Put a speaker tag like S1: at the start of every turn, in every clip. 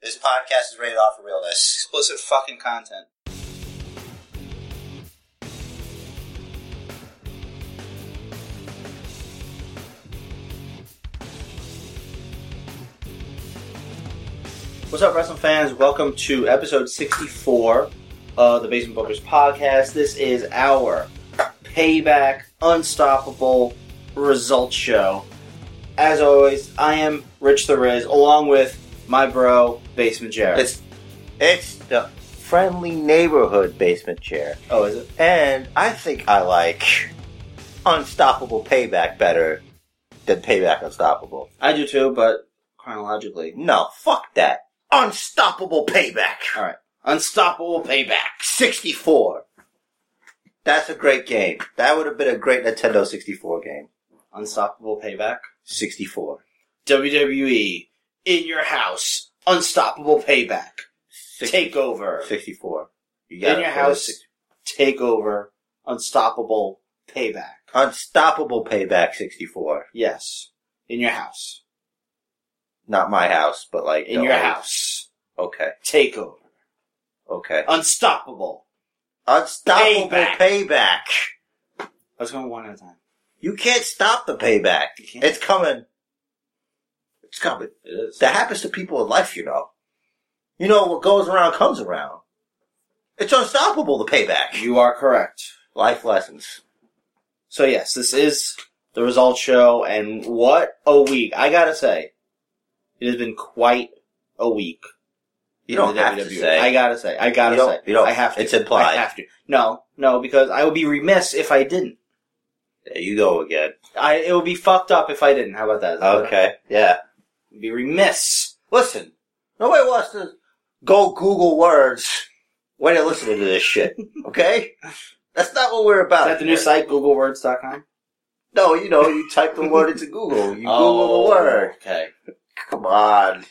S1: This podcast is rated R for realness.
S2: Explicit fucking content.
S1: What's up, wrestling fans? Welcome to episode 64 of the Basement Bookers podcast. This is our payback, unstoppable results show. As always, I am Rich the Riz, along with my bro, Basement Jared.
S3: It's it's the friendly neighborhood basement chair,
S1: oh, is it?
S3: and I think I like Unstoppable Payback better than Payback Unstoppable.
S1: I do too, but chronologically.
S3: No, fuck that. Unstoppable Payback
S1: Unstoppable payback.
S3: sixty four. That's a great game. That would have been a great Nintendo sixty four game.
S1: Unstoppable payback.
S3: Sixty four.
S1: WWE, in your house. Unstoppable payback. Takeover.
S3: Sixty four. You
S1: In your house. Takeover. Unstoppable payback.
S3: Unstoppable Payback sixty four.
S1: Yes. In your house.
S3: Not my house, but like
S1: In
S3: the
S1: your
S3: old-
S1: house.
S3: Okay.
S1: Takeover.
S3: Okay.
S1: Unstoppable.
S3: Unstoppable
S1: Payback.
S3: payback.
S1: Let's go one at a time.
S3: You can't stop the payback.
S1: You can't.
S3: It's coming. It's coming.
S1: It is.
S3: That happens to people in life, you know. You know what goes around comes around. It's unstoppable, the payback.
S1: You are correct.
S3: Life lessons.
S1: So yes, this is the result show and what a week. I gotta say, it has been quite a week.
S3: You
S1: in
S3: don't
S1: the
S3: have to
S1: WWE.
S3: say.
S1: I gotta say. I gotta
S3: You don't-
S1: say.
S3: you don't.
S1: I have to.
S3: It's implied.
S1: I have to. No, no, because I would be remiss if I didn't.
S3: there you go again.
S1: I it would be fucked up if I didn't. How about that? Is that better?
S3: Okay. Yeah.
S1: I'd be remiss.
S3: Listen. Nobody wants to go Google words when they're listening to this shit. Okay? That's not what we're
S1: Is
S3: about.
S1: that the new
S3: here.
S1: site, GoogleWords.com?
S3: No, you know, you type the word into Google. You Google the
S1: Oh,
S3: word.
S1: Okay.
S3: Come on.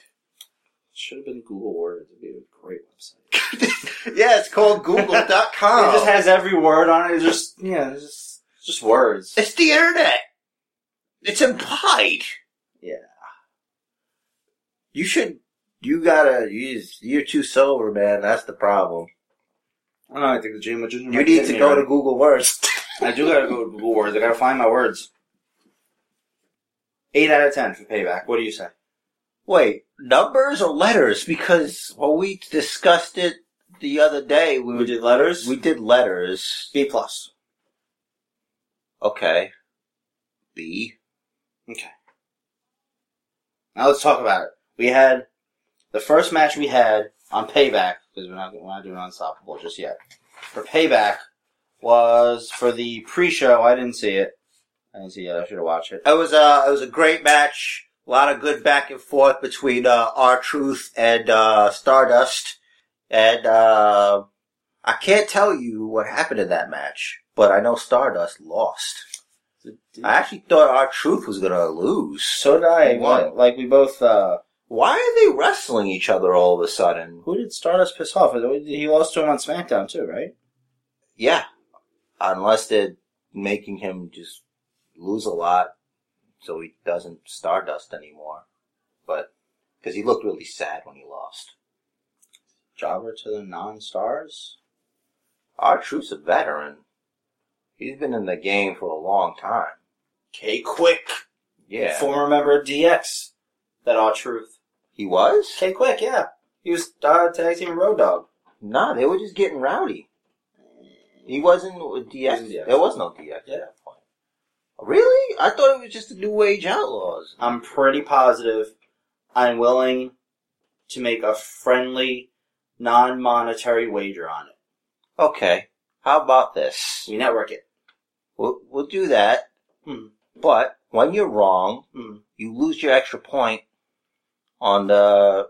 S1: Should have been Google Words. It'd be a great website.
S3: Yeah, it's called Google.com.
S1: It just has every word on it. It's just yeah, it's just it's just words.
S3: it's the internet. It's implied.
S1: Yeah.
S3: You should. You gotta. You just, you're too sober, man. That's the problem.
S1: I don't know. I think the Jim Magician.
S3: You need to go to Google Words.
S1: I do gotta go to Google Words. I gotta find my words. Eight out of ten for payback. What do you say?
S3: Wait, numbers or letters? Because when we discussed it the other day, we,
S1: We did letters.
S3: we did letters.
S1: B plus.
S3: Okay. B.
S1: Okay. Now let's talk about it. We had the first match we had on payback because we're not we're not doing unstoppable just yet. For payback was for the pre-show. I didn't see it. I didn't see it. I should have watched it.
S3: It was a it was a great match. A lot of good back and forth between uh, our truth and uh, Stardust, and uh, I can't tell you what happened in that match, but I know Stardust lost. I actually thought our truth was gonna lose.
S1: So did I.
S3: He won.
S1: Like we both. uh
S3: Why are they wrestling each other all of a sudden?
S1: Who did Stardust piss off? He lost to him on SmackDown too, right?
S3: Yeah, unless they're making him just lose a lot, so he doesn't Stardust anymore. But because he looked really sad when he lost.
S1: Jobber to the non-stars.
S3: Our truth's a veteran. He's been in the game for a long time.
S1: K Quick,
S3: Yeah.
S1: former member of DX. That all truth.
S3: he was?
S1: K Quick, yeah. He was uh, tag team Road Dog.
S3: Nah, they were just getting rowdy. He wasn't with DX.
S1: Wasn't DX.
S3: There was no DX
S1: Yeah.
S3: at that point. Really? I thought it was just the New Age Outlaws.
S1: I'm pretty positive. I'm willing to make a friendly, non-monetary wager on it.
S3: Okay. How about this?
S1: We network it.
S3: We'll, we'll do that,
S1: Hmm.
S3: but when you're wrong,
S1: Hmm.
S3: you lose your extra point on the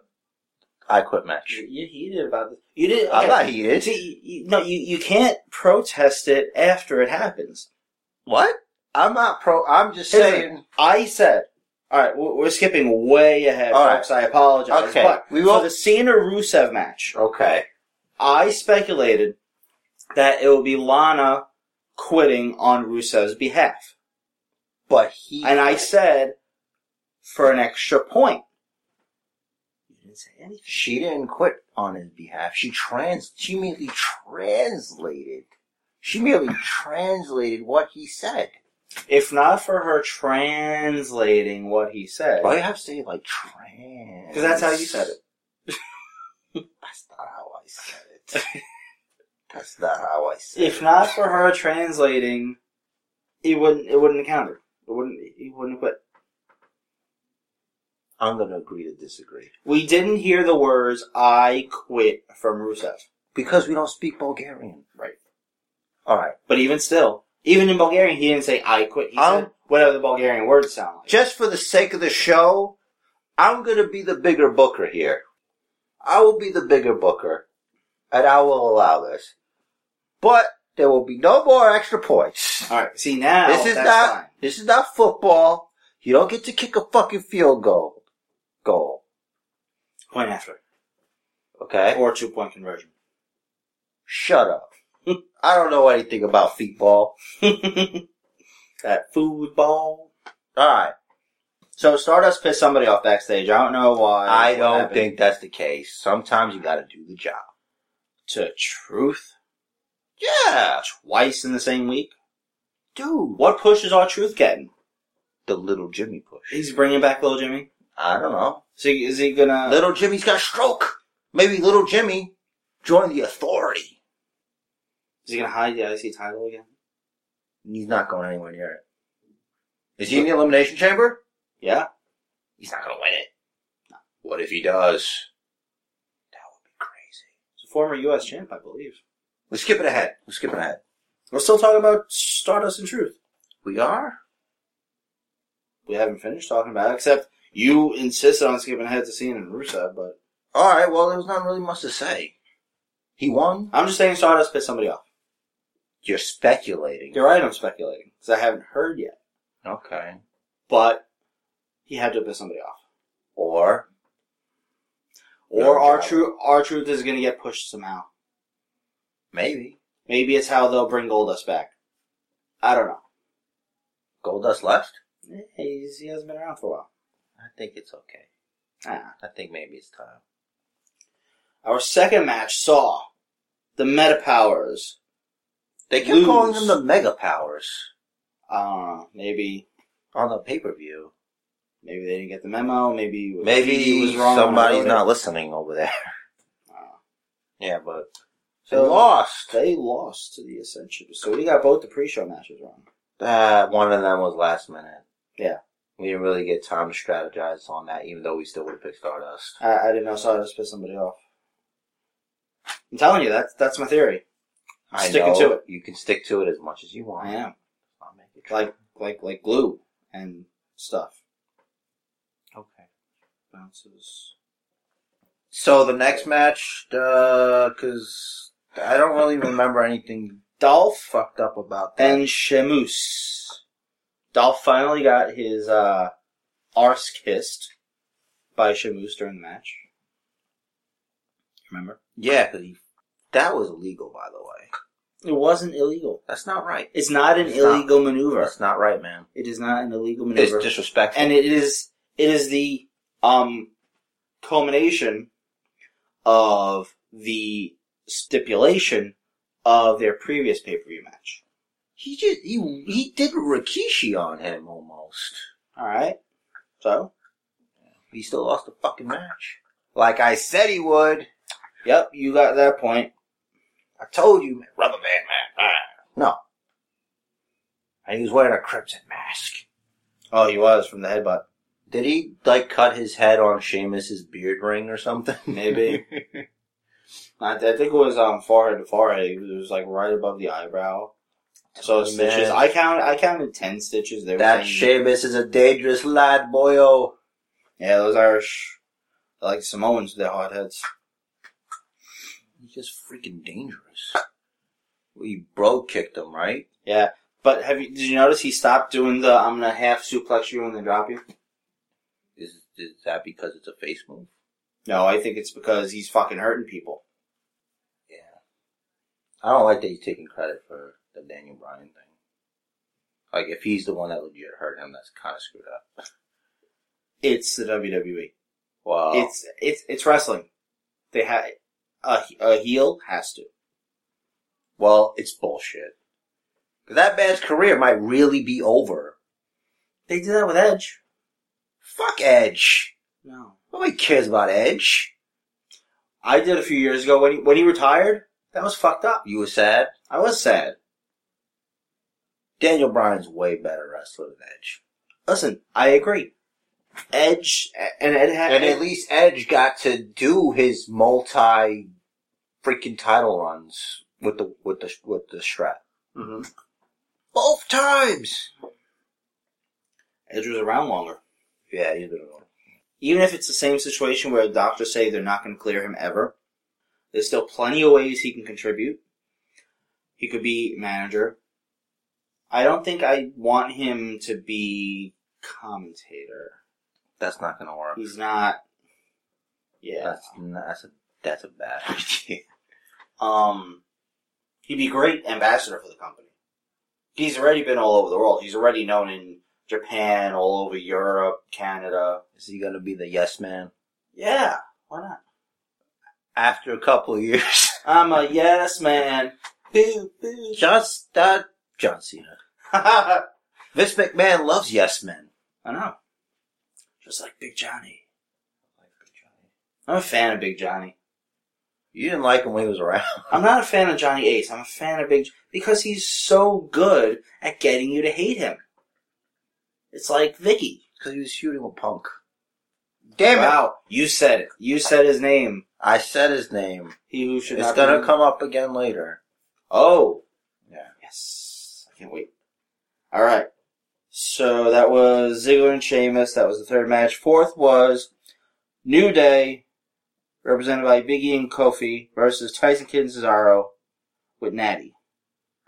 S3: I Quit match.
S1: You heated about this. You did.
S3: I'm not
S1: You
S3: heated.
S1: see, you- you- no, you, you can't protest it after it happens.
S3: What? I'm not pro. I'm just saying.
S1: I said, all right, we're we're skipping way ahead,
S3: All
S1: folks. I apologize.
S3: Okay,
S1: But
S3: we
S1: for
S3: will-
S1: the Cena Rusev match,
S3: Okay.
S1: I speculated that it will be Lana quitting on Rusev's behalf,
S3: But he
S1: and I said for an extra point. You didn't say anything.
S3: She didn't quit on his behalf. She trans. She merely translated. She merely translated what he said.
S1: If not for her translating what he said,
S3: Why do you have to say like trans?
S1: because that's how you said it.
S3: That's not how I said it. that's not how I said
S1: If
S3: it.
S1: not for her translating, it wouldn't. It wouldn't have counted. It wouldn't. He wouldn't have quit.
S3: I'm gonna agree to disagree
S1: We didn't hear the words "I quit" from Rusev.
S3: because we don't speak Bulgarian.
S1: Right.
S3: All right.
S1: But even still, even in Bulgarian, he didn't say "I quit." He
S3: Um,
S1: said whatever the Bulgarian words sound like.
S3: just for the sake of the show, I'm going to be the bigger booker here. I will be the bigger booker, and I will allow this. But there will be no more extra points.
S1: All right. See now,
S3: this is
S1: that's
S3: not
S1: fine.
S3: this is not football. You don't get to kick a fucking field goal. Goal.
S1: point after
S3: Okay.
S1: or two point conversion.
S3: Shut up. I don't know anything about football.
S1: that football.
S3: All right.
S1: So Stardust pissed somebody off backstage. I don't know why.
S3: I
S1: What
S3: don't
S1: happened.
S3: think that's the case. Sometimes you got to do the job.
S1: to truth
S3: Yeah,
S1: twice in the same week.
S3: dude.
S1: What push is our truth getting?
S3: The little Jimmy push.
S1: He's bringing back Little Jimmy.
S3: I don't know.
S1: So is he gonna?
S3: Little Jimmy's got a stroke. Maybe little Jimmy joined the authority.
S1: Is he gonna hide the IC title again?
S3: He's not going anywhere near it. Is he in the elimination chamber?
S1: Yeah.
S3: He's not going to win it. What if he does? That would be crazy.
S1: He's a former U.S. champ, I believe.
S3: We're skipping ahead. We're skipping ahead.
S1: We're still talking about Stardust and Truth.
S3: We are?
S1: We haven't finished talking about it, except you insisted on skipping ahead to Cena and Rusev, but
S3: All right, well, there was not really much to say. He won?
S1: I'm just saying Stardust pissed somebody off.
S3: You're speculating.
S1: You're right, I'm speculating, because I haven't heard yet.
S3: Okay.
S1: But he had to piss somebody off.
S3: Or
S1: Or
S3: No
S1: our
S3: doubt.
S1: truth, our truth is gonna get pushed somehow.
S3: maybe
S1: Maybe it's how they'll bring Goldust back. I don't know.
S3: Goldust left?
S1: He's, he hasn't been around for a while.
S3: I think it's okay.
S1: Ah.
S3: I think maybe it's time.
S1: Our second match saw the Meta Powers.
S3: They kept
S1: Lose.
S3: calling them the Mega Powers
S1: I don't know. Maybe
S3: on the pay per view.
S1: maybe they didn't get the memo. Maybe it was-
S3: Maybe
S1: it was wrong. when I
S3: somebody's
S1: wrote it.
S3: not listening over there.
S1: Uh,
S3: Yeah, but
S1: So-
S3: they lost.
S1: they lost to the Ascension, so we got both the pre-show matches wrong.
S3: Uh, one of them was last minute.
S1: Yeah.
S3: we didn't really get time to strategize on that, even though we still would have picked Stardust.
S1: I, I didn't know Stardust pissed somebody off. I'm telling you, that's that's my theory.
S3: I
S1: Sticking
S3: know
S1: to it.
S3: You can stick to it as much as you want.
S1: I am
S3: I'll make it true.
S1: like like like glue and stuff.
S3: okay.
S1: Bounces.
S3: So the next match, because I don't really remember anything
S1: Dolph
S3: fucked up about that.
S1: and Shamus. Dolph finally got his uh, arse kissed by Shamus during the match. Remember?
S3: yeah, because that was illegal, by the way.
S1: It wasn't illegal.
S3: That's not right.
S1: It's not an
S3: It's not.
S1: illegal maneuver.
S3: That's not right, man.
S1: It is not an illegal
S3: It's
S1: maneuver.
S3: disrespectful.
S1: and it is it is the um culmination of the stipulation of their previous pay per view match.
S3: He just he he did Rikishi on him almost.
S1: All right. So,
S3: He still lost the fucking match. Like I said he would.
S1: yep, you got that point.
S3: I told you, man. Rubber band man. Ah. No. And he was wearing a crimson mask.
S1: Oh, he was from the headbutt.
S3: Did he like cut his head on Seamus's beard ring or something?
S1: Maybe. I, I think it was um forehead to forehead. It was, it was, like right above the eyebrow. So
S3: Oh,
S1: stitches.
S3: man.
S1: I count. I counted ten stitches. They were
S3: that
S1: saying-
S3: Seamus is a dangerous lad, boyo.
S1: Yeah, those Irish, they're like Samoans, they're hard heads.
S3: He's just freaking dangerous. We bro kicked him, right?
S1: Yeah, but have you? Did you notice he stopped doing the "I'm gonna half suplex you and then drop you"?
S3: Is is that because it's a face move?
S1: No, I think it's because he's fucking hurting people.
S3: Yeah. I don't like that he's taking credit for the Daniel Bryan thing. Like, if he's the one that legit hurt him, that's kind of screwed up.
S1: It's the WWE.
S3: Wow.
S1: E. It's it's it's wrestling. They have a, a heel has to.
S3: well, it's bullshit. 'Cause That man's career might really be over.
S1: They did that with Edge.
S3: Fuck Edge.
S1: No,
S3: Nobody cares about Edge.
S1: I did a few years ago when he, when he retired. That was fucked up.
S3: You were sad?
S1: I was sad.
S3: Daniel Bryan's way better wrestler than Edge.
S1: Listen, I agree. Edge and Ed had
S3: And at least Edge got to do his multi freaking title runs with the with the with the strap. Mm-hmm.
S1: Mhm.
S3: Both times.
S1: Edge was around longer.
S3: Yeah, either one.
S1: Even if it's the same situation where doctors say they're not going to clear him ever, there's still plenty of ways he can contribute. He could be manager. I don't think I want him to be commentator.
S3: That's not gonna work.
S1: He's not. Yeah.
S3: That's that's a that's a bad idea.
S1: Um, he'd be a great ambassador for the company. He's already been all over the world. He's already known in Japan, all over Europe, Canada.
S3: Is he gonna be the yes man?
S1: Yeah, why not?
S3: After a couple of years.
S1: I'm a yes man. Boo, boo.
S3: John uh, John Cena.
S1: I
S3: Vince McMahon loves yes men.
S1: know. Just like Big Johnny. I'm a fan of Big Johnny.
S3: You didn't like him when he was around.
S1: I'm not a fan of Johnny Ace. I'm a fan of Big because he's so good at getting you to hate him. It's like Vicky.
S3: Because he was shooting with punk. Damn it!
S1: Wow, you said it. You said his name.
S3: I said his name.
S1: He who should
S3: it's
S1: not
S3: gonna
S1: be-
S3: come up again later.
S1: Oh,
S3: Yeah.
S1: yes, I can't wait. All right, so that was Ziggler and Sheamus. That was the third match. Fourth was New Day, represented by Biggie and Kofi versus Tyson Kidd and Cesaro with Natty.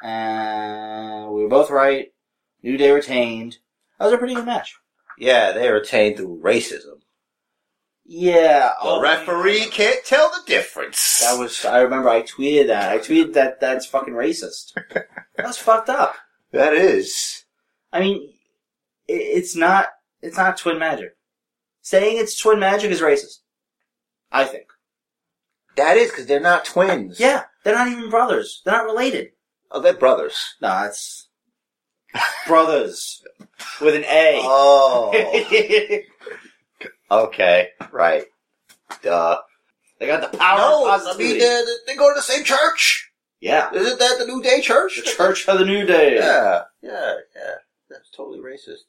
S1: And we were both right. New Day retained. That was a pretty good match.
S3: Yeah, they retained through racism.
S1: Oh, Yeah.
S3: The referee can't tell the difference.
S1: That was. I remember. I tweeted that. I tweeted that. That's fucking racist. That's fucked up.
S3: that is.
S1: I mean, it, it's not it's not twin magic. Saying it's twin magic is racist. I think.
S3: That is because they're not twins.
S1: Yeah, they're not even brothers. They're not related.
S3: Oh, they're brothers.
S1: No, that's brothers with an A.
S3: Oh.
S1: they
S3: okay. Right. Duh.
S1: got the power
S3: no,
S1: of
S3: I mean,
S1: positivity.
S3: they they go to the same church.
S1: yeah,
S3: Isn't that the New Day Church?
S1: the Church of the New Day.
S3: Yeah, yeah, yeah. That's totally racist.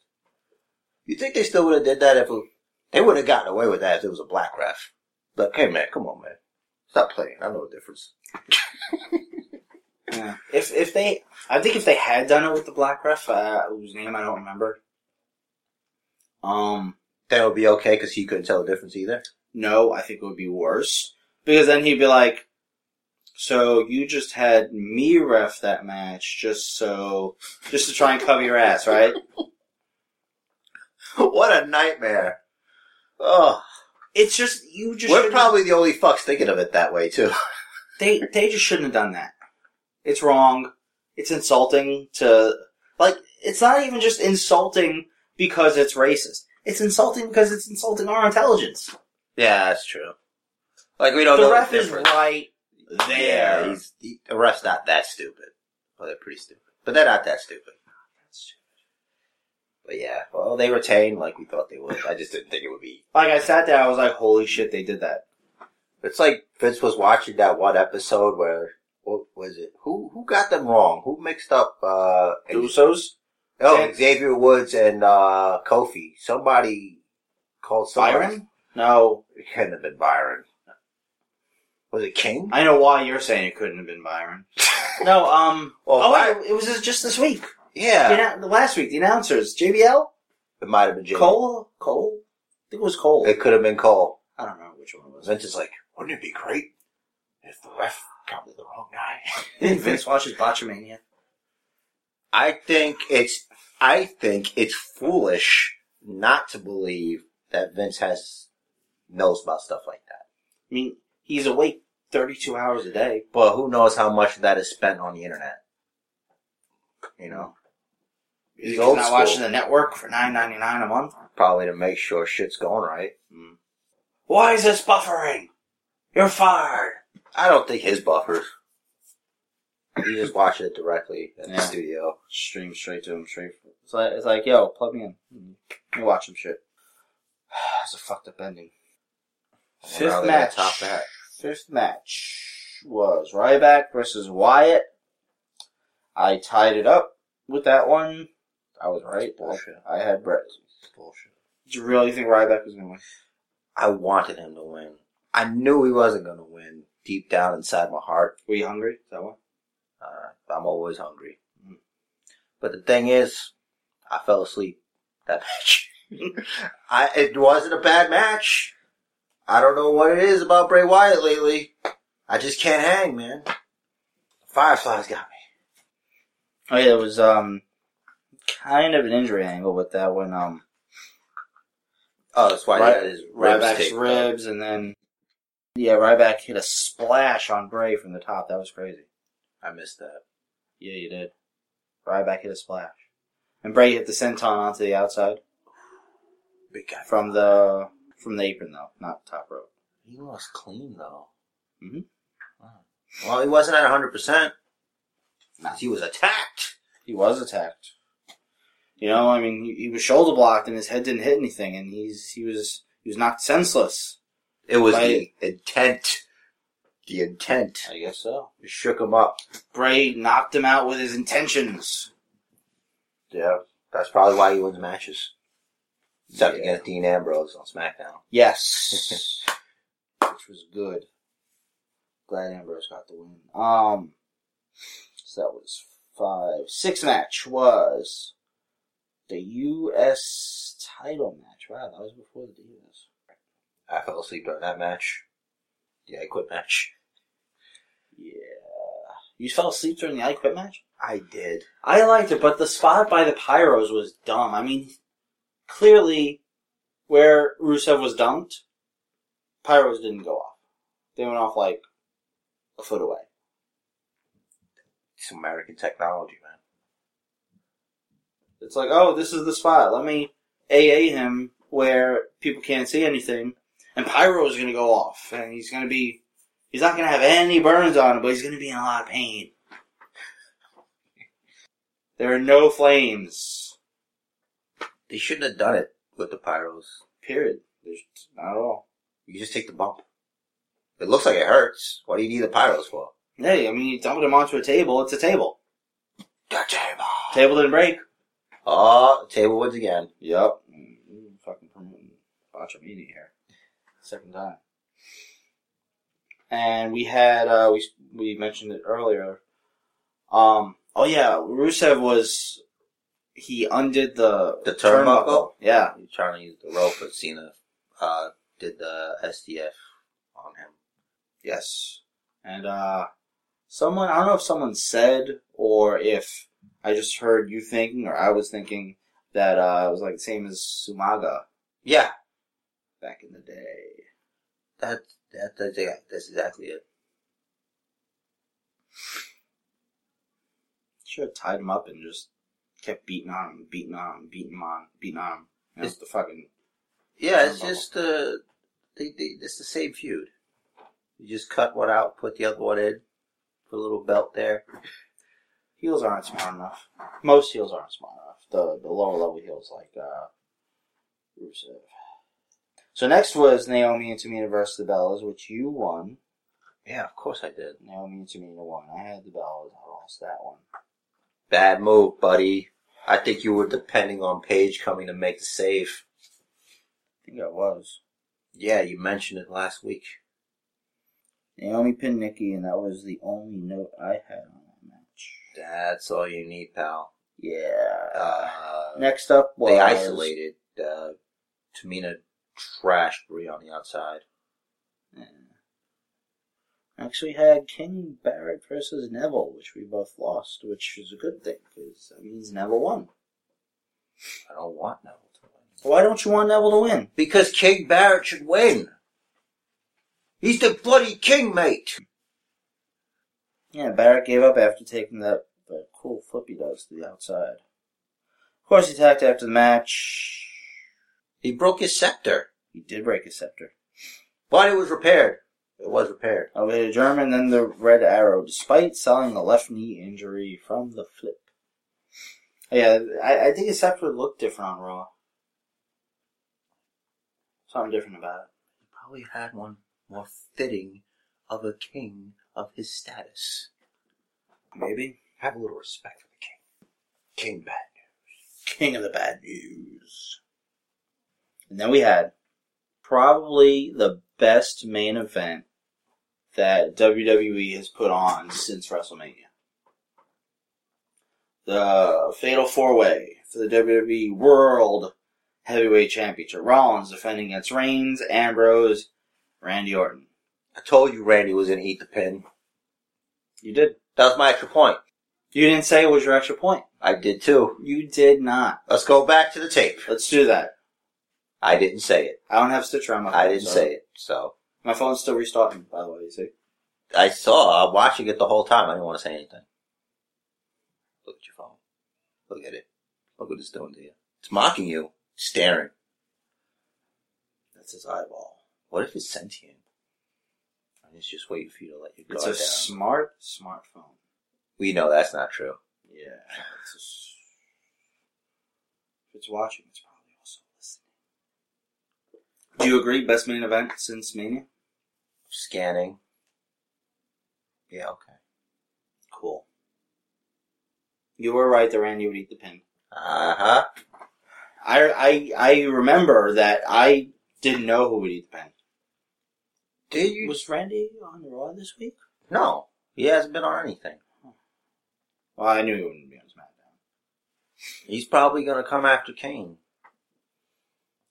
S3: You think they still would have did that if it, they would have gotten away with that if it was a black ref? But hey, man, come on, man, stop playing. I know the difference.
S1: Yeah. If if they, I think if they had done it with the black ref, uh, whose name I don't remember. Um,
S3: That would be okay because he couldn't tell the difference either.
S1: No, I think it would be worse. Because then he'd be like, so you just had me ref that match just so, just to try and cover your ass, right?
S3: what a nightmare! Oh,
S1: It's just, you just
S3: we're
S1: shouldn't-
S3: probably the only fucks thinking of it that way too.
S1: they, they just shouldn't have done that. It's wrong. It's insulting to, like, it's not even just insulting because it's racist. It's insulting because it's insulting our intelligence.
S3: yeah, that's true. Like we don't
S1: the
S3: know
S1: ref
S3: the
S1: is
S3: difference.
S1: right
S3: Yeah,
S1: there.
S3: he's, he, the ref's not that stupid. Well, they're pretty stupid, but they're not that stupid. But yeah, well, they retained like we thought they would. I just didn't think it would be.
S1: Like, I sat there, I was like, holy shit, they did that.
S3: It's like Vince was watching that one episode where what was it? Who who got them wrong? Who mixed up? uh
S1: Usos?
S3: Oh, Xavier Woods and uh Kofi. Somebody called somebody.
S1: Byron? No,
S3: It couldn't have been Byron. Was it King?
S1: I know why you're saying it couldn't have been Byron. no, um.
S3: Well,
S1: oh,
S3: Byron-
S1: wait, it was this- just this week.
S3: yeah,
S1: The annou- the last week, the announcers. JBL?
S3: it might have been Jimmy.
S1: Cole? Cole? I think it was Cole.
S3: It could have been Cole.
S1: I don't know which one it was.
S3: Vince is like, wouldn't it be great if the ref counted the wrong guy?
S1: Vince watches Botchamania.
S3: I think it's, I think it's foolish not to believe that Vince has, knows about stuff like that.
S1: I mean, he's awake 32 hours a day.
S3: But who knows how much of that is spent on the internet? You know, He's
S1: He's,
S3: old
S1: not
S3: school.
S1: watching the network for nine ninety nine a month.
S3: probably to make sure shit's going right.
S1: Mm. Why is this buffering? You're fired.
S3: I don't think his buffers. He just watching it directly in
S1: Yeah.
S3: the studio.
S1: Stream straight to him, straight. For, it's like it's like, yo, plug me in. You watch some shit. It's a fucked up ending. Fifth
S3: Rather than
S1: match.
S3: Top that.
S1: Fifth match was Ryback versus Wyatt. I tied it up with that one. I was right.
S3: Bullshit.
S1: I had Brett.
S3: Bullshit.
S1: Did you really think Ryback was gonna win?
S3: I wanted him to win. I knew he wasn't going to win deep down inside my heart.
S1: Were you hungry? Is that why?
S3: Uh, I'm always hungry.
S1: Mm.
S3: But the thing is, I fell asleep that match. I, it wasn't a bad match. I don't know what it is about Bray Wyatt lately. I just can't hang, man. Fireflies got me.
S1: Oh yeah, it was um kind of an injury angle with that one. Um,
S3: Oh, that's why
S1: Ry-
S3: he had his ribs
S1: Ryback's
S3: taped up.
S1: ribs, and then yeah, Ryback hit a splash on Bray from the top. That was crazy.
S3: I missed that.
S1: Yeah, you did. Ryback hit a splash, and Bray hit the senton onto the outside
S3: Big guy.
S1: from the from the apron though, not top rope.
S3: He was clean though.
S1: Mhm.
S3: Wow. Well, he wasn't at 100%.
S1: Nah.
S3: He was attacked.
S1: He was attacked. You know, I mean, he, he was shoulder blocked, and his head didn't hit anything, and he's he was he was knocked senseless.
S3: It was
S1: Right.
S3: the intent. The intent.
S1: I guess so.
S3: It shook him up.
S1: Bray knocked him out with his intentions.
S3: Yeah. That's probably why he wins matches. Except
S1: Yeah.
S3: against Dean Ambrose on SmackDown.
S1: Yes. Which was good. Glad Ambrose got the win. Um, so that was five. Six match was the U.S. title match. Wow, that was before the U.S.
S3: I fell asleep during that match. Yeah, I quit match.
S1: Yeah. You fell asleep during the I Quit match?
S3: I did.
S1: I liked it, but the spot by the Pyros was dumb. I mean, clearly, where Rusev was dumped, Pyros didn't go off. They went off like a foot away.
S3: It's American technology, man.
S1: It's like, oh, this is the spot. Let me AA him where people can't see anything, and Pyro is going to go off, and he's going to be, he's not going to have any burns on him, but he's going to be in a lot of pain. There are no flames.
S3: They shouldn't have done it with the pyros.
S1: Period. There's not at all.
S3: You just take the bump. It looks like it hurts. What do you need the pyros for?
S1: Hey, I mean, you dumped him onto a table. It's a table.
S3: The table.
S1: Table didn't break.
S3: Oh, table wins again.
S1: Yep. Mm, Fucking promoting Botchamania here. Second time. And we had uh, we we mentioned it earlier. Um. Oh yeah, Rusev was he undid the
S3: The turnbuckle?
S1: Yeah.
S3: He's trying to use the rope, but Cena uh, did the SDF on him.
S1: Yes. And uh, someone I don't know if someone said or if I just heard you thinking or I was thinking that uh, it was like the same as Sumaga
S3: Yeah,
S1: back in the day.
S3: that, that that's, yeah, that's exactly it.
S1: Should have tied him up and just kept beating on him, beating on him, beating him on, beating on him. That's the fucking
S3: Yeah, it's
S1: Turnbuckle.
S3: just uh, they, they, it's the same feud. You just cut one out, put the other one in, put a little belt there.
S1: heels aren't smart enough. Most heels aren't smart enough. The the lower level heels like uh, Rusev. So next was Naomi and Tamina versus the Bellas, which you won.
S3: Yeah, of course I did.
S1: Naomi and Tamina won. I had the Bellas. I lost that one.
S3: Bad move, buddy. I think you were depending on Paige coming to make the save.
S1: I think I was.
S3: Yeah, you mentioned it last week.
S1: Naomi pinned Nikki, and that was the only note I had on that match.
S3: That's all you need, pal.
S1: Yeah.
S3: Uh,
S1: next up was
S3: they isolated uh, Tamina trashed Bree on the outside.
S1: Yeah. Next, we had King Barrett versus Neville, which we both lost, which is a good thing because that means Neville won.
S3: I don't want Neville to win
S1: Why don't you want Neville to win?
S3: because King Barrett should win. He's the bloody king, mate.
S1: Yeah, Barrett gave up after taking that, that cool flip he does to the outside. Of course, he attacked after the match.
S3: He broke his scepter.
S1: He did break his scepter.
S3: But it was repaired. It was repaired.
S1: Away to German, then the Red Arrow, despite selling a left knee injury from the flip. Yeah, I, I think his Scepter looked different on Raw. Something different about it.
S3: He probably had one more fitting of a king of his status.
S1: Maybe.
S3: Have a little respect for the king. King bad.
S1: King of the Bad News. And then we had probably the best main event that WWE has put on since WrestleMania. The Fatal Four Way for the WWE World Heavyweight Championship. Rollins defending against Reigns, Ambrose, Randy Orton.
S3: I told you Randy was gonna eat the pin.
S1: You did.
S3: That was my extra point.
S1: You didn't say it was your extra point.
S3: I did too.
S1: You did not.
S3: Let's go back to the tape.
S1: Let's do that.
S3: I didn't say it.
S1: I don't have Stitcher on my phone.
S3: I didn't
S1: so-
S3: say it. So
S1: My phone's still restarting, by the way, you see.
S3: I saw. I'm watching it the whole time. I didn't want to say anything. Look at your phone. Look at it. Look what it's doing to you. It's mocking you. Staring.
S1: That's his eyeball.
S3: What if it's sentient? And it's just waiting for you to let your
S1: It's
S3: guard down.
S1: a smart smartphone.
S3: we know that's not true.
S1: Yeah. It's a s if it's watching, it's probably also listening. Do you agree? Best main event since Mania?
S3: Scanning. Yeah, okay.
S1: Cool. You were right that Randy would eat the pin.
S3: Uh huh.
S1: I, I, I remember that I didn't know who would eat the pin.
S3: Did you?
S1: Was Randy on Raw this week?
S3: No. He hasn't been on anything.
S1: Well, I knew he wouldn't be on SmackDown.
S3: He's probably gonna come after Kane.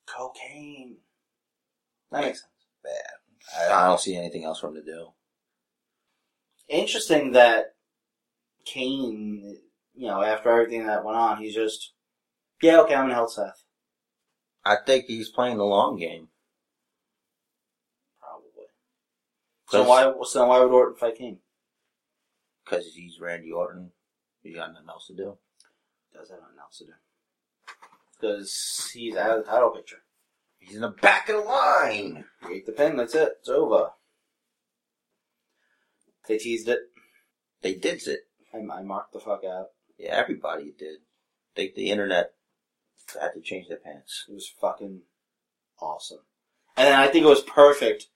S1: Cocaine.
S3: That makes sense. Bad. I, I don't see anything else for him to do.
S1: interesting that Kane, you know, after everything that went on, he's just, yeah, okay, I'm gonna help Seth.
S3: I think he's playing the long game.
S1: Probably. So
S3: Cause,
S1: why, so why would Orton fight Kane?
S3: Because he's Randy Orton. He's got nothing else to do.
S1: Does have nothing else to do. Because he's out of the title picture.
S3: He's in the back of the line.
S1: He ate the pin, that's it, it's over. They teased it.
S3: They did it.
S1: I, I marked the fuck out.
S3: Yeah, everybody did. They, the internet had to change their pants.
S1: It was fucking awesome. And then I think it was perfect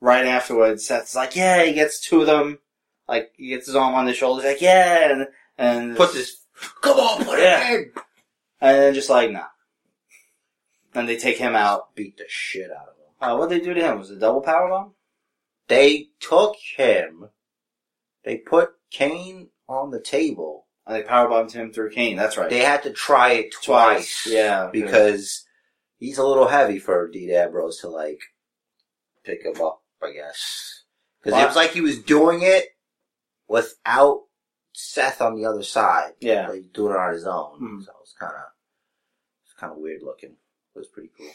S1: right afterwards. Seth's like, yeah, he gets two of them. Like, he gets his arm on the shoulder. He's like, yeah. And, and,
S3: Put this. Come on, put
S1: Yeah.
S3: it in.
S1: and then just like, nah. And they take him out.
S3: Beat the shit out of him.
S1: Uh, what they do to him? Was it a double power bomb?
S3: They took him. They put Kane on the table.
S1: Oh, they power bombed him through Kane. That's right.
S3: They had to try it twice.
S1: Yeah.
S3: Because he's a little heavy for Dean Ambrose to like pick him up, I guess. Because it was like he was doing it without Seth on the other side.
S1: Yeah.
S3: Like, he's doing it on his own.
S1: Mhm.
S3: So it was kind of, it's kind of weird looking. It was pretty cool.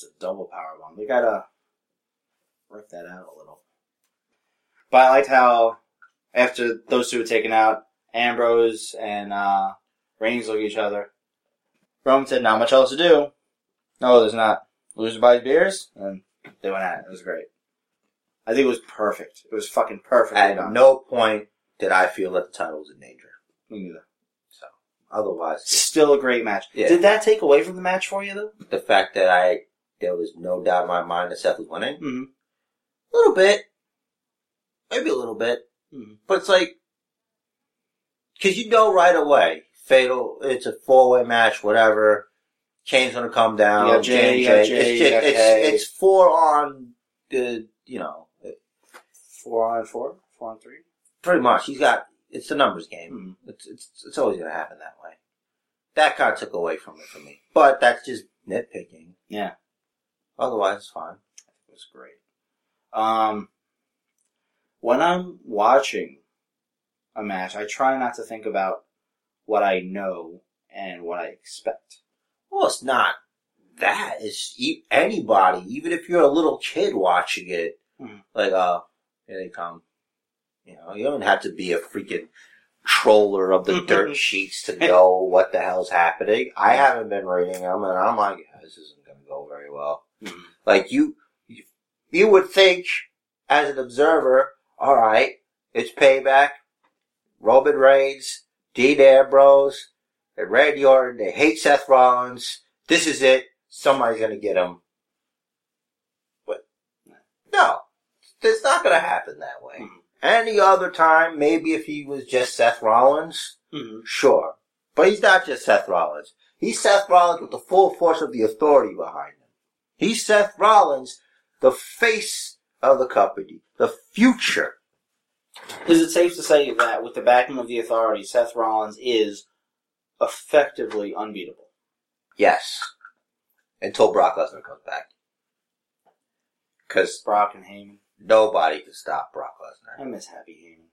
S1: the double power bomb. They gotta work that out a little. But I liked how after those two were taken out, Ambrose and uh, Reigns look at each other. Roman said, "Not much else to do." No, there's not. Loser buys beers, and they went at it. It was great. I think it was perfect. It was fucking perfect.
S3: At no point did I feel that the title was in danger.
S1: Me neither.
S3: So otherwise,
S1: Still a great match.
S3: Yeah.
S1: Did that take away from the match for you though?
S3: the fact that I there was no doubt in my mind that Seth was winning
S1: Mm-hmm.
S3: a little bit, maybe a little bit,
S1: Mhm.
S3: but it's like because you know right away, fatal. It's a four way match, whatever. Kane's gonna come down.
S1: You got Jay, you got
S3: J&J.
S1: Jay,
S3: it's,
S1: you
S3: just,
S1: got Kay.
S3: it's it's four on the you know
S1: Four on four, four on 3
S3: pretty much. He's got it's the numbers game.
S1: Mm-hmm.
S3: It's, it's it's always gonna happen that way. That kind of took away from it for me, but that's just nitpicking.
S1: Yeah.
S3: Otherwise, it's fine.
S1: It was great. Um, when I'm watching a match, I try not to think about what I know and what I expect.
S3: Well, it's not that. It's e- anybody, even if you're a little kid watching it,
S1: Mhm.
S3: like, uh, here they come. You know, you don't have to be a freaking troller of the dirt sheets to know what the hell's happening. I haven't been reading them, and I'm like, this isn't going to go very well. Like, you, you, you would think, as an observer, all right, it's payback. Roman Reigns, Dean Ambrose, and Randy Orton. They hate Seth Rollins. This is it. Somebody's gonna get him. But no, it's not gonna happen that way.
S1: Mhm.
S3: Any other time, maybe if he was just Seth Rollins,
S1: Mm-hmm.
S3: sure. But he's not just Seth Rollins. He's Seth Rollins with the full force of the authority behind him. He's Seth Rollins, the face of the company, the future.
S1: Is it safe to say that with the backing of the authority, Seth Rollins is effectively unbeatable?
S3: Yes. Until Brock Lesnar comes back. Because
S1: Brock and Heyman.
S3: nobody can stop Brock Lesnar.
S1: I miss Happy Heyman.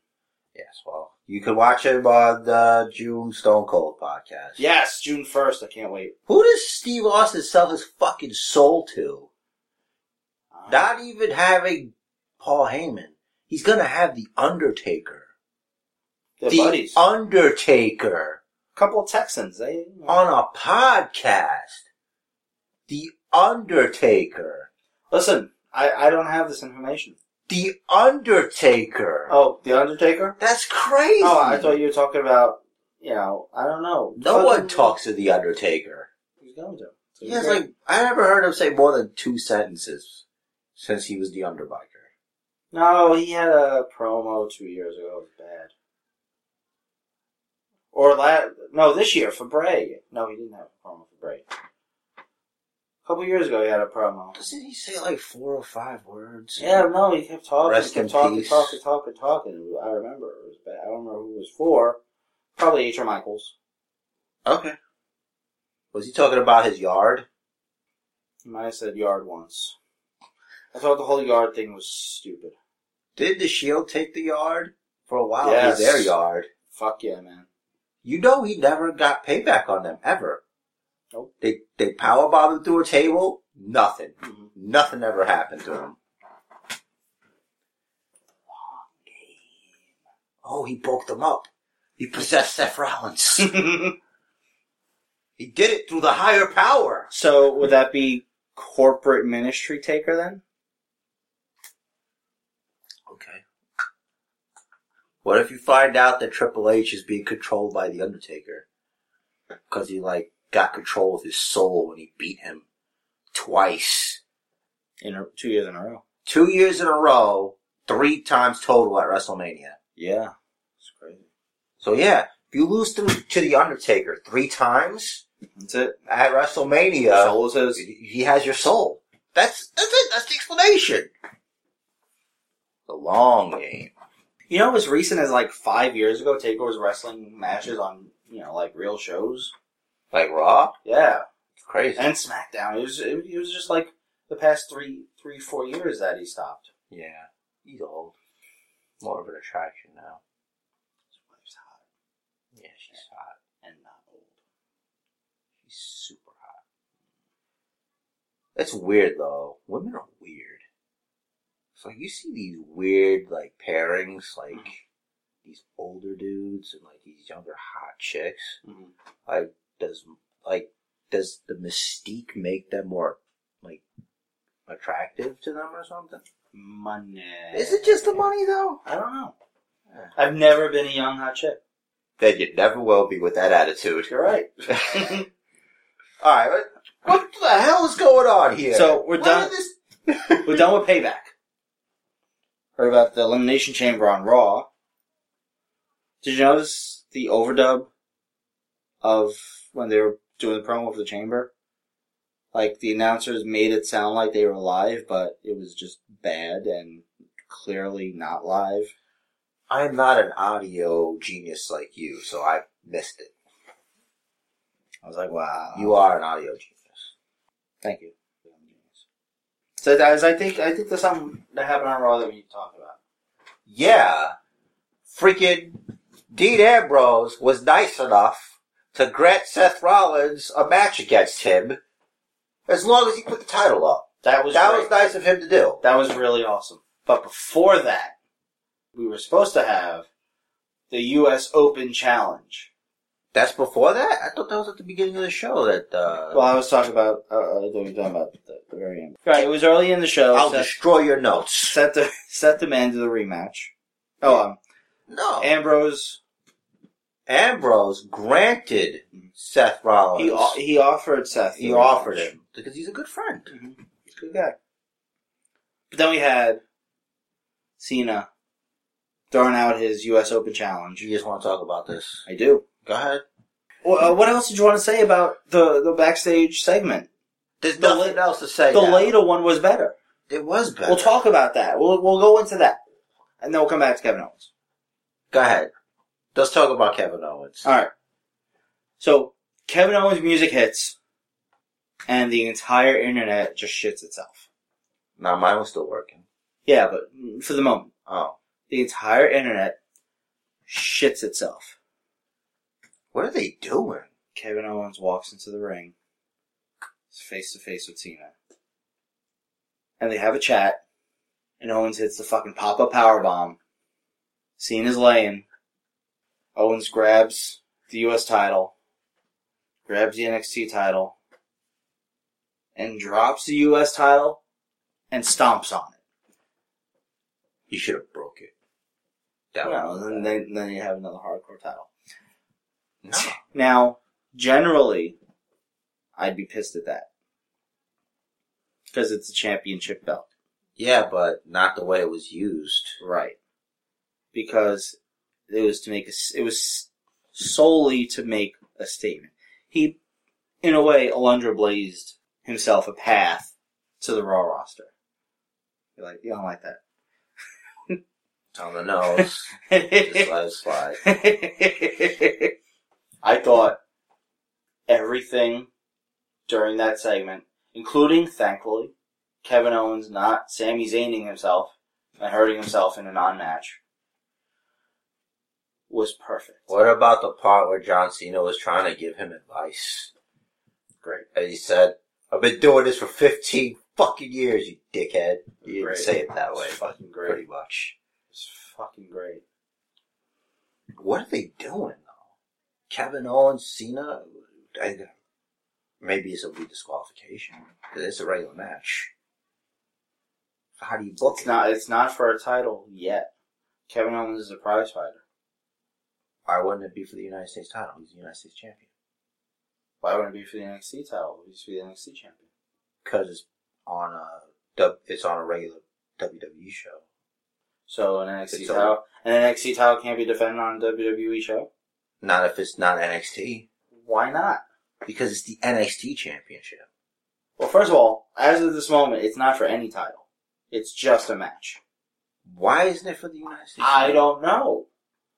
S3: Yes, well, you can watch him on the June Stone Cold podcast.
S1: Yes, June first. I can't wait.
S3: Who does Steve Austin sell his fucking soul to?
S1: Uh,
S3: Not even having Paul Heyman. He's gonna have The Undertaker.
S1: they're
S3: the
S1: buddies. A
S3: Undertaker
S1: couple of Texans. eh? They.
S3: on a podcast. The Undertaker.
S1: Listen, I, I don't have this information.
S3: The Undertaker.
S1: Oh, the Undertaker.
S3: That's crazy.
S1: Oh, I thought you were talking about. You know, I don't know.
S3: no one
S1: Fucking-
S3: talks to the Undertaker.
S1: He's going to. It's
S3: He
S1: gonna
S3: has
S1: be great.
S3: like I never heard him say more than two sentences since he was the Underbiker.
S1: No, he had a promo two years ago. It was bad. Or last, no, this year for Bray. No, he didn't have a promo for Bray. A couple years ago, he had a promo.
S3: Doesn't he say like four or five words?
S1: Yeah, no, he kept talking,
S3: Rest
S1: kept
S3: in
S1: talking,
S3: peace.
S1: talking, talking, talking. I remember it was bad. I don't remember who it was for. Probably H.R. Michaels.
S3: Okay. Was he talking about his yard?
S1: He might have said yard once. I thought the whole yard thing was stupid.
S3: Did the Shield take the yard for a while?
S1: Yes.
S3: It was their yard.
S1: Fuck yeah, man.
S3: You know he never got payback on them ever.
S1: Nope.
S3: They they power bombed him through a table. Nothing.
S1: hmm
S3: Nothing ever happened to him. Oh, he broke them up. He possessed Seth Rollins.
S1: Mm-hmm.
S3: he did it through the higher power.
S1: so, would that be corporate ministry taker then?
S3: Okay. What if you find out that Triple H is being controlled by The Undertaker? Because he, like, got control of his soul when he beat him twice.
S1: In a, two years in a row.
S3: Two years in a row, three times total at WrestleMania.
S1: Yeah. It's crazy.
S3: So yeah, if you lose to, to the Undertaker three times
S1: That's it.
S3: at
S1: Yeah.
S3: WrestleMania,
S1: Soul says,
S3: he has your soul. That's that's it. That's the explanation. The long game.
S1: you know, as recent as like five years ago, Taker was wrestling matches on, you know, like real shows.
S3: Like Raw,
S1: Yeah.
S3: it's crazy.
S1: And SmackDown. It was, it, it was just like the past three, three, four years that he stopped.
S3: Yeah, he's old. More of an attraction now.
S1: His wife's hot
S3: Yeah, she's hot.
S1: and not old.
S3: She's super hot. That's weird though. Women are weird. It's like you see these weird like pairings, like these older dudes and like these younger hot chicks.
S1: Mhm.
S3: Like does like does the mystique make them more like attractive to them or something?
S1: Money.
S3: Is it just the money though?
S1: I don't know.
S3: Yeah.
S1: I've never been a young hot chick.
S3: Then you never will be with that attitude.
S1: You're right.
S3: All right, what the hell is going on here?
S1: So, we're
S3: Why
S1: done-
S3: did This-
S1: We're done with payback. Heard about the Elimination Chamber on Raw. Did you notice the overdub of when they were doing the promo for the Chamber? Like the announcers made it sound like they were live, but it was just bad and clearly not live.
S3: I'm not an audio genius like you, so I missed it.
S1: I was like, wow.
S3: You are an audio genius.
S1: Thank you. So guys, I think I think there's something that happened on Raw that we need to talk about.
S3: Yeah. Freaking Dean Ambrose was nice enough to grant Seth Rollins a match against him as long as he put the title up.
S1: That was
S3: that
S1: great.
S3: was nice of him to do.
S1: That was really awesome. But before that, we were supposed to have the U.S. Open Challenge.
S3: That's before that? I thought that was at the beginning of the show that, uh,
S1: Well, I was talking about uh, uh, what we were talking about at the the very end. Right, it was early in the show.
S3: I'll
S1: set,
S3: destroy your notes.
S1: set the set the man to the rematch. Oh, um,
S3: No.
S1: Ambrose.
S3: Ambrose granted Seth Rollins.
S1: He o- he offered Seth. the
S3: He offered
S1: rematch.
S3: him because he's a good friend.
S1: He's a good guy. But then we had Cena throwing out his U.S. Open challenge.
S3: You just want to talk about this.
S1: I do.
S3: Go ahead.
S1: Well, uh, what else did you want to say about the the backstage segment?
S3: There's
S1: The
S3: nothing else to say.
S1: The
S3: now.
S1: later one was better.
S3: It was better.
S1: We'll talk about that. We'll we'll go into that, and then we'll come back to Kevin Owens.
S3: Go ahead. Let's talk about Kevin Owens.
S1: All right. So Kevin Owens' music hits, and the entire internet just shits itself.
S3: Now mine was still working.
S1: Yeah, but for the moment,
S3: Oh,
S1: the entire internet shits itself.
S3: what are they doing?
S1: Kevin Owens walks into the ring, face to face with Cena, and they have a chat. And Owens hits the fucking pop up power bomb. Cena's laying. Owens grabs the U.S. title, grabs the NXT title, and drops the U.S. title and stomps on it.
S3: You should have broke it.
S1: Well,
S3: was-
S1: and then, then you have another hardcore title.
S3: no.
S1: Now, generally, I'd be pissed at that because it's a championship belt,
S3: Yeah, but not the way it was used.
S1: right? Because it was to make a, s- it was solely to make a statement. He, in a way, Alundra blazed himself a path to the Raw roster. You're like, you don't like that.
S3: It's on the nose. just let it slide.
S1: I thought everything during that segment, including, thankfully, Kevin Owens not Sami Zayning himself and hurting himself in a non-match, was perfect.
S3: What about the part where John Cena was trying to give him advice?
S1: Great.
S3: And he said, I've been doing this for 15 fucking years, you dickhead. He didn't
S1: Great.
S3: say it that way,
S1: It's
S3: but
S1: fucking
S3: pretty
S1: great.
S3: much.
S1: It's fucking great.
S3: What are they doing, though? Kevin Owens, Cena? I, maybe it's a be disqualification. 'cause it's a regular match. So How do you book
S1: It's
S3: it?
S1: not. It's not for a title yet. Kevin Owens is a prize fighter.
S3: Why wouldn't it be for the United States title? He's the United States champion.
S1: Why wouldn't it be for the NXT title? He's for the NXT champion.
S3: Because it's on a, dub- it's on a regular WWE show.
S1: So an NXT
S3: It's a-
S1: title, an NXT title can't be defended on a WWE show.
S3: Not if it's not NXT.
S1: Why not?
S3: Because it's the NXT championship.
S1: Well, first of all, as of this moment, it's not for any title. It's just a match.
S3: Why isn't it for the United States?
S1: I don't know.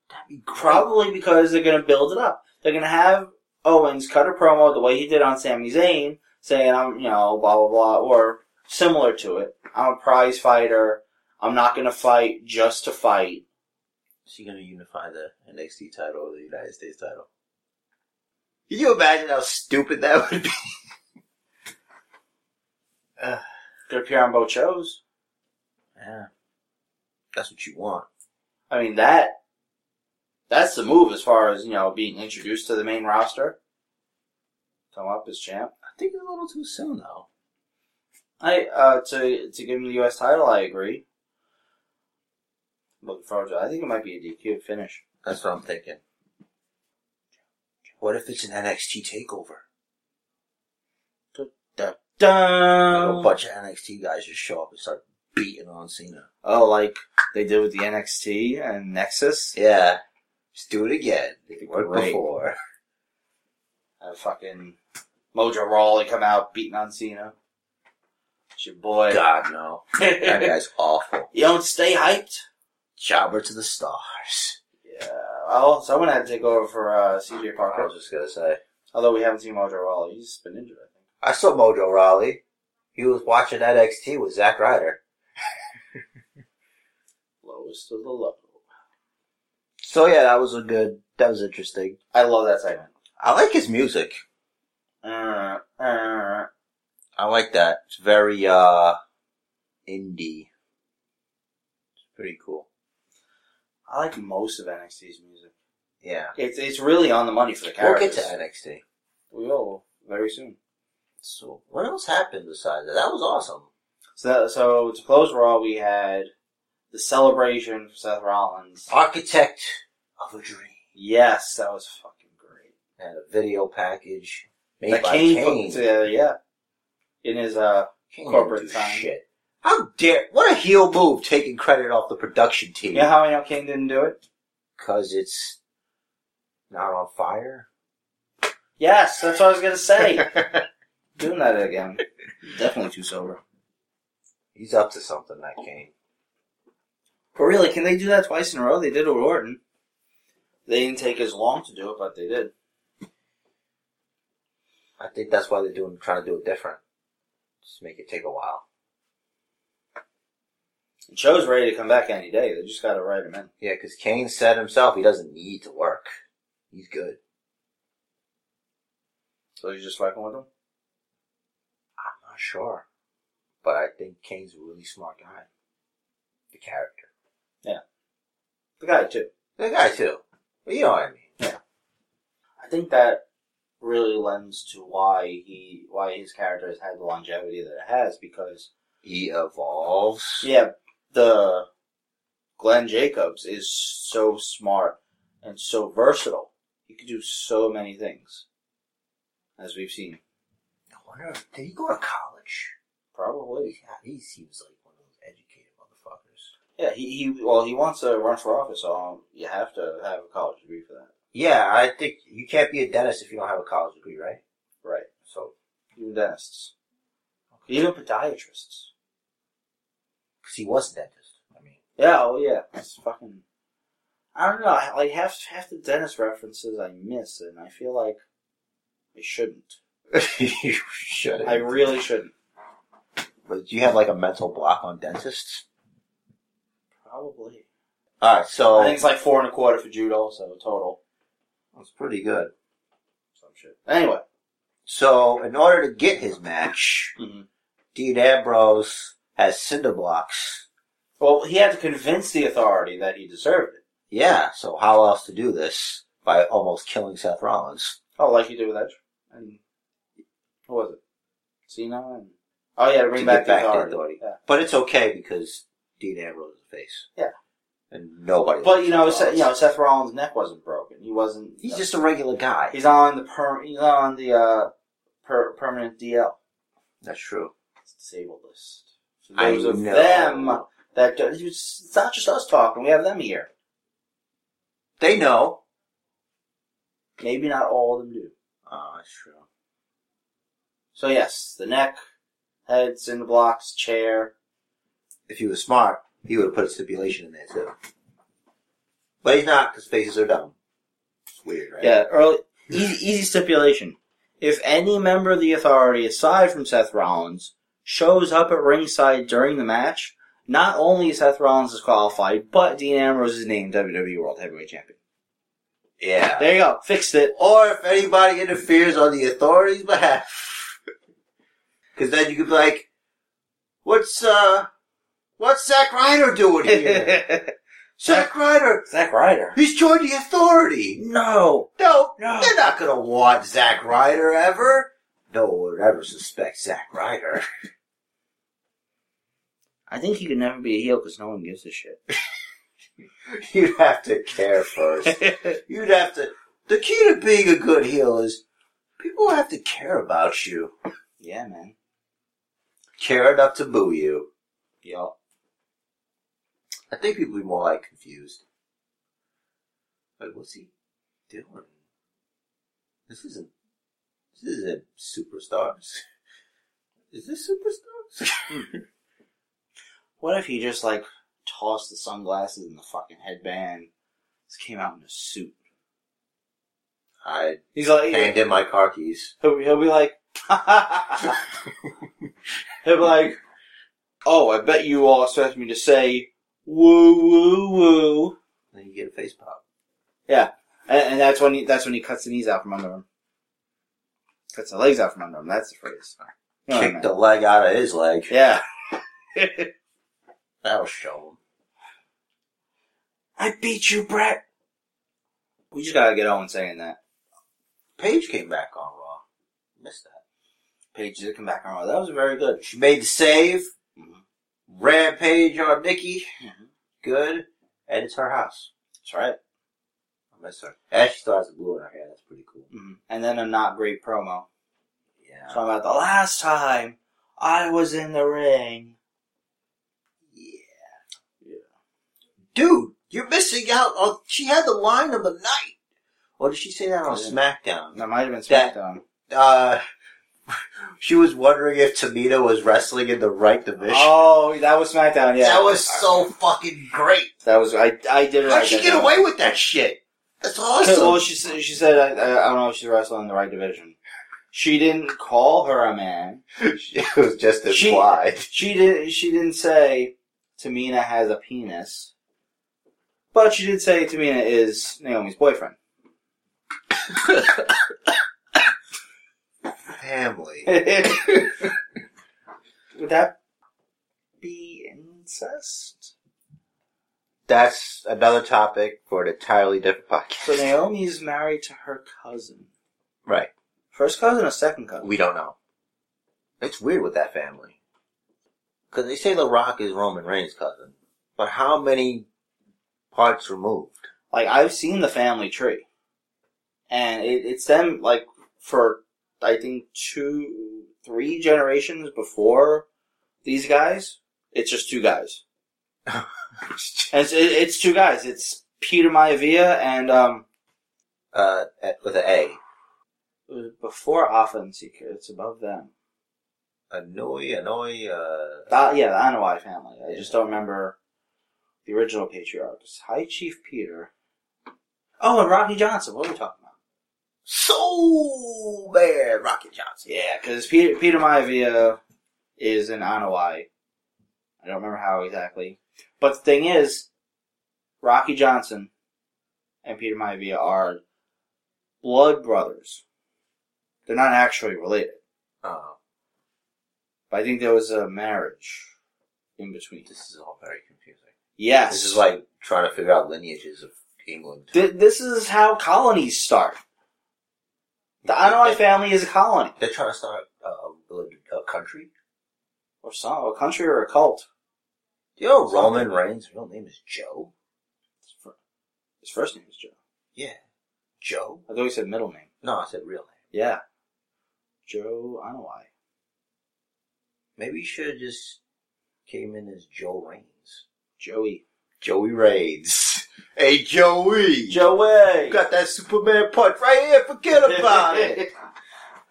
S3: That'd be great.
S1: Probably because they're going to build it up. They're going to have Owens cut a promo the way he did on Sami Zayn, saying, I'm, you know, blah, blah, blah, or similar to it. I'm a prize fighter. I'm not going to fight just to fight.
S3: Is he going to unify the NXT title or the United States title? Can you imagine how stupid that would be?
S1: Could appear on both shows.
S3: Yeah. That's what you want.
S1: I mean, that, that's the move as far as, you know, being introduced to the main roster. Come up as champ.
S3: I think it's a little too soon, though.
S1: I uh to to give him the U.S. title, I agree. Looking forward to. it. I think it might be a DQ finish.
S3: That's what I'm thinking. What if it's an NXT takeover? Like a
S1: Dun.
S3: bunch of NXT guys just show up and start beating on Cena.
S1: Oh, like they did with the NXT and Nexus.
S3: Yeah. Just do it again. It worked
S1: Great.
S3: before.
S1: Uh, fucking Mojo Rawley come out beating on Cena. It's your boy.
S3: God, no. That
S1: you
S3: guy's awful.
S1: don't stay hyped.
S3: Jobber to the stars.
S1: Yeah. Well, someone had to take over for uh, CJ
S3: I
S1: Parker.
S3: was just gonna say.
S1: Although we haven't seen Mojo Rawley, he's been injured. I think.
S3: I saw Mojo Raleigh. He was watching NXT with Zack Ryder.
S1: Lowest of the low.
S3: So yeah, that was a good. That was interesting.
S1: I love that segment.
S3: I like his music.
S1: Uh, uh,
S3: I like that. It's very uh indie. It's pretty cool.
S1: I like most of NXT's music.
S3: Yeah.
S1: It's it's really on the money for the
S3: We'll
S1: characters.
S3: get to NXT.
S1: We will very soon.
S3: So, what else happened besides that? That was awesome.
S1: So that, so to close Raw, we had the celebration for Seth Rollins.
S3: Architect of a Dream.
S1: Yes, that was fucking great.
S3: And a video package made
S1: that
S3: by
S1: Kane,
S3: Kane.
S1: put together, yeah. In his uh,
S3: Kane didn't
S1: corporate
S3: do
S1: time.
S3: shit. How dare, what a heel move taking credit off the production
S1: you
S3: team.
S1: know how I know Kane didn't do it?
S3: Cause it's not on fire.
S1: Yes, that's what I was gonna say. Doing that again, definitely too sober.
S3: He's up to something, that Kane.
S1: But really, can they do that twice in a row? They did it with Orton. They didn't take as long to do it, but they did.
S3: I think that's why they're doing, trying to do it different. Just make it take a while.
S1: And Show's ready to come back any day. They just gotta write him in.
S3: Yeah, because Kane said himself he doesn't need to work. He's good.
S1: So you're just fucking with him?
S3: I'm not sure. But I think Kane's a really smart guy. The character.
S1: The guy too.
S3: The guy too. But you know what I mean.
S1: I think that really lends to why he why his character has had the longevity that it has because
S3: He evolves.
S1: yeah, the Glenn Jacobs is so smart and so versatile. He could do so many things. As we've seen.
S3: I wonder if, did he go to college?
S1: Probably.
S3: Yeah, he seems like one of those educated motherfuckers.
S1: Yeah, he, he well he wants to run for office, so you have to have a college degree for that.
S3: Yeah, I think you can't be a dentist if you don't have a college degree, right?
S1: Right.
S3: So,
S1: Even dentists. Even podiatrists.
S3: because he was a dentist. I mean,
S1: Yeah, oh yeah. It's fucking. I don't know. I- Like half half the Dennis references I miss, and I feel like I shouldn't.
S3: you should.
S1: I really shouldn't.
S3: But do you have like a mental block on dentists?
S1: Probably.
S3: All right, so
S1: I think it's like four and a quarter for judo, so total
S3: that's pretty good.
S1: some shit. Anyway,
S3: So, in order to get his match,
S1: Mhm.
S3: Dean Ambrose has cinder blocks.
S1: well, he had to convince the authority that he deserved it.
S3: Yeah, so how else to do this? By almost killing Seth Rollins.
S1: Oh, like you did with Edge. And who was it? Cena and oh yeah, bring
S3: To
S1: back
S3: get
S1: the
S3: back the
S1: authority.
S3: authority.
S1: Yeah.
S3: But it's okay because Dean Ambrose is a face.
S1: Yeah.
S3: And nobody.
S1: But you know,
S3: likes Seth
S1: Seth, you know,
S3: Rollins.
S1: Seth Rollins' neck wasn't broken. He wasn't.
S3: he's just a regular guy.
S1: He's on the per. He's on the uh, per- permanent DL.
S3: That's true.
S1: It's disabled list. So
S3: I
S1: those of
S3: know.
S1: them that do- it's it's not just us talking. We have them here.
S3: They know.
S1: Maybe not all of them do.
S3: Oh, that's true.
S1: So yes, the neck, heads in the blocks, chair.
S3: If he was smart, he would have put a stipulation in there too. But he's not because faces are dumb. It's weird, right?
S1: Yeah, early easy, easy stipulation. If any member of the authority, aside from Seth Rollins, shows up at ringside during the match, not only is Seth Rollins disqualified, but Dean Ambrose is named WWE World Heavyweight Champion.
S3: Yeah.
S1: There you go, fixed it.
S3: or if anybody interferes on the authorities' behalf. Because then you could be like, what's, uh, what's Zack Ryder doing here? Zack Ryder,
S1: Zack Ryder.
S3: he's joined the authority.
S1: No.
S3: No,
S1: No.
S3: they're not going to want Zack Ryder ever. No one would ever suspect Zack Ryder.
S1: I think he could never be a heel because no one gives a shit.
S3: You'd have to care first. You'd have to, the key to being a good heel is people have to care about you.
S1: yeah, man.
S3: Care enough to boo you.
S1: Yeah.
S3: I think people would be more like confused. Like, what's he doing? This isn't. This isn't superstars. Is this superstars?
S1: What if he just like tossed the sunglasses and the fucking headband, just came out in a suit?
S3: I
S1: He's like,
S3: hand in my car keys.
S1: he'll, he'll be like, he'll be like, oh, I bet you all expect me to say woo woo woo,
S3: Then you get a face pop.
S1: and, and that's when he that's when he cuts the knees out from under him, cuts the legs out from under him. That's the phrase. You know what I
S3: Kick
S1: meant.
S3: the leg out of his leg.
S1: Yeah.
S3: That'll show him.
S1: I beat you, Brett. We just gotta get Owen saying that.
S3: Paige came back on Raw. Missed that.
S1: Paige did come back on. Raw. That was very good.
S3: She made the save.
S1: Mhm.
S3: Rampage on Nikki.
S1: Mhm.
S3: Good. And it's her house.
S1: That's right.
S3: I miss her. And she still has the blue in her hair. That's pretty cool.
S1: hmm And then a not great promo.
S3: Yeah.
S1: Talking about the last time I was in the ring.
S3: Yeah. Dude, you're missing out on. She had the line of the night. Or did she say that on
S1: Yeah.
S3: SmackDown?
S1: That might have been
S3: That-
S1: SmackDown.
S3: Uh, she was wondering if Tamina was wrestling in the right division.
S1: Oh, that was SmackDown. Yeah,
S3: That was so fucking great.
S1: That was I. I did.
S3: How'd
S1: write
S3: she
S1: that
S3: get
S1: down.
S3: away with that shit? That's
S1: Well,
S3: awesome.
S1: she said, she said I, I, I don't know if she's wrestling in the right division. She didn't call her a man.
S3: It was just
S1: She-
S3: implied.
S1: She did. She didn't say Tamina has a penis, but she did say Tamina is Naomi's boyfriend.
S3: Family.
S1: Would that be incest?
S3: That's another topic for an entirely different podcast.
S1: So Naomi's married to her cousin.
S3: Right.
S1: First cousin or second cousin?
S3: We don't know. It's weird with that family. Because they say The Rock is Roman Reigns' cousin. But how many parts removed?
S1: like I've seen the family tree, and it, it's them like for I think two, three generations before these guys. It's just two guys, and it's, it, it's two guys. It's Peter Maivia and um
S3: uh, at- with an A.
S1: before Offense Seeker. It's above them.
S3: Annoy, annoy, uh,
S1: Uh, yeah, the Anawai family. I just don't remember the original patriarchs. High Chief Peter. Oh, and Rodney Johnson. What are we talking about?
S3: Soul Man Rocket Johnson.
S1: Yeah, because Peter, Peter Maivia is in Anawai. I don't remember how exactly. But the thing is, Rocky Johnson and Peter Maivia are blood brothers. They're not actually related.
S3: Uh,
S1: But I think there was a marriage in between.
S3: this is all very confusing.
S1: Yes.
S3: This is like trying to figure out lineages of England.
S1: Th- this is how colonies start. The Anawai family is a colony.
S3: They're trying to start uh, a, a country.
S1: Or some, a country or a cult.
S3: You know, Roman Reigns' real name is Joe.
S1: His fir- His first name is Joe.
S3: Yeah, Joe.
S1: I thought he said middle name.
S3: No, I said real name.
S1: Yeah. Joe Anawai.
S3: Maybe you should have just came in as Joe Reigns.
S1: Joey.
S3: Joey Reigns. Hey, Joey.
S1: Joey!
S3: You got that Superman punch right here. Forget about it.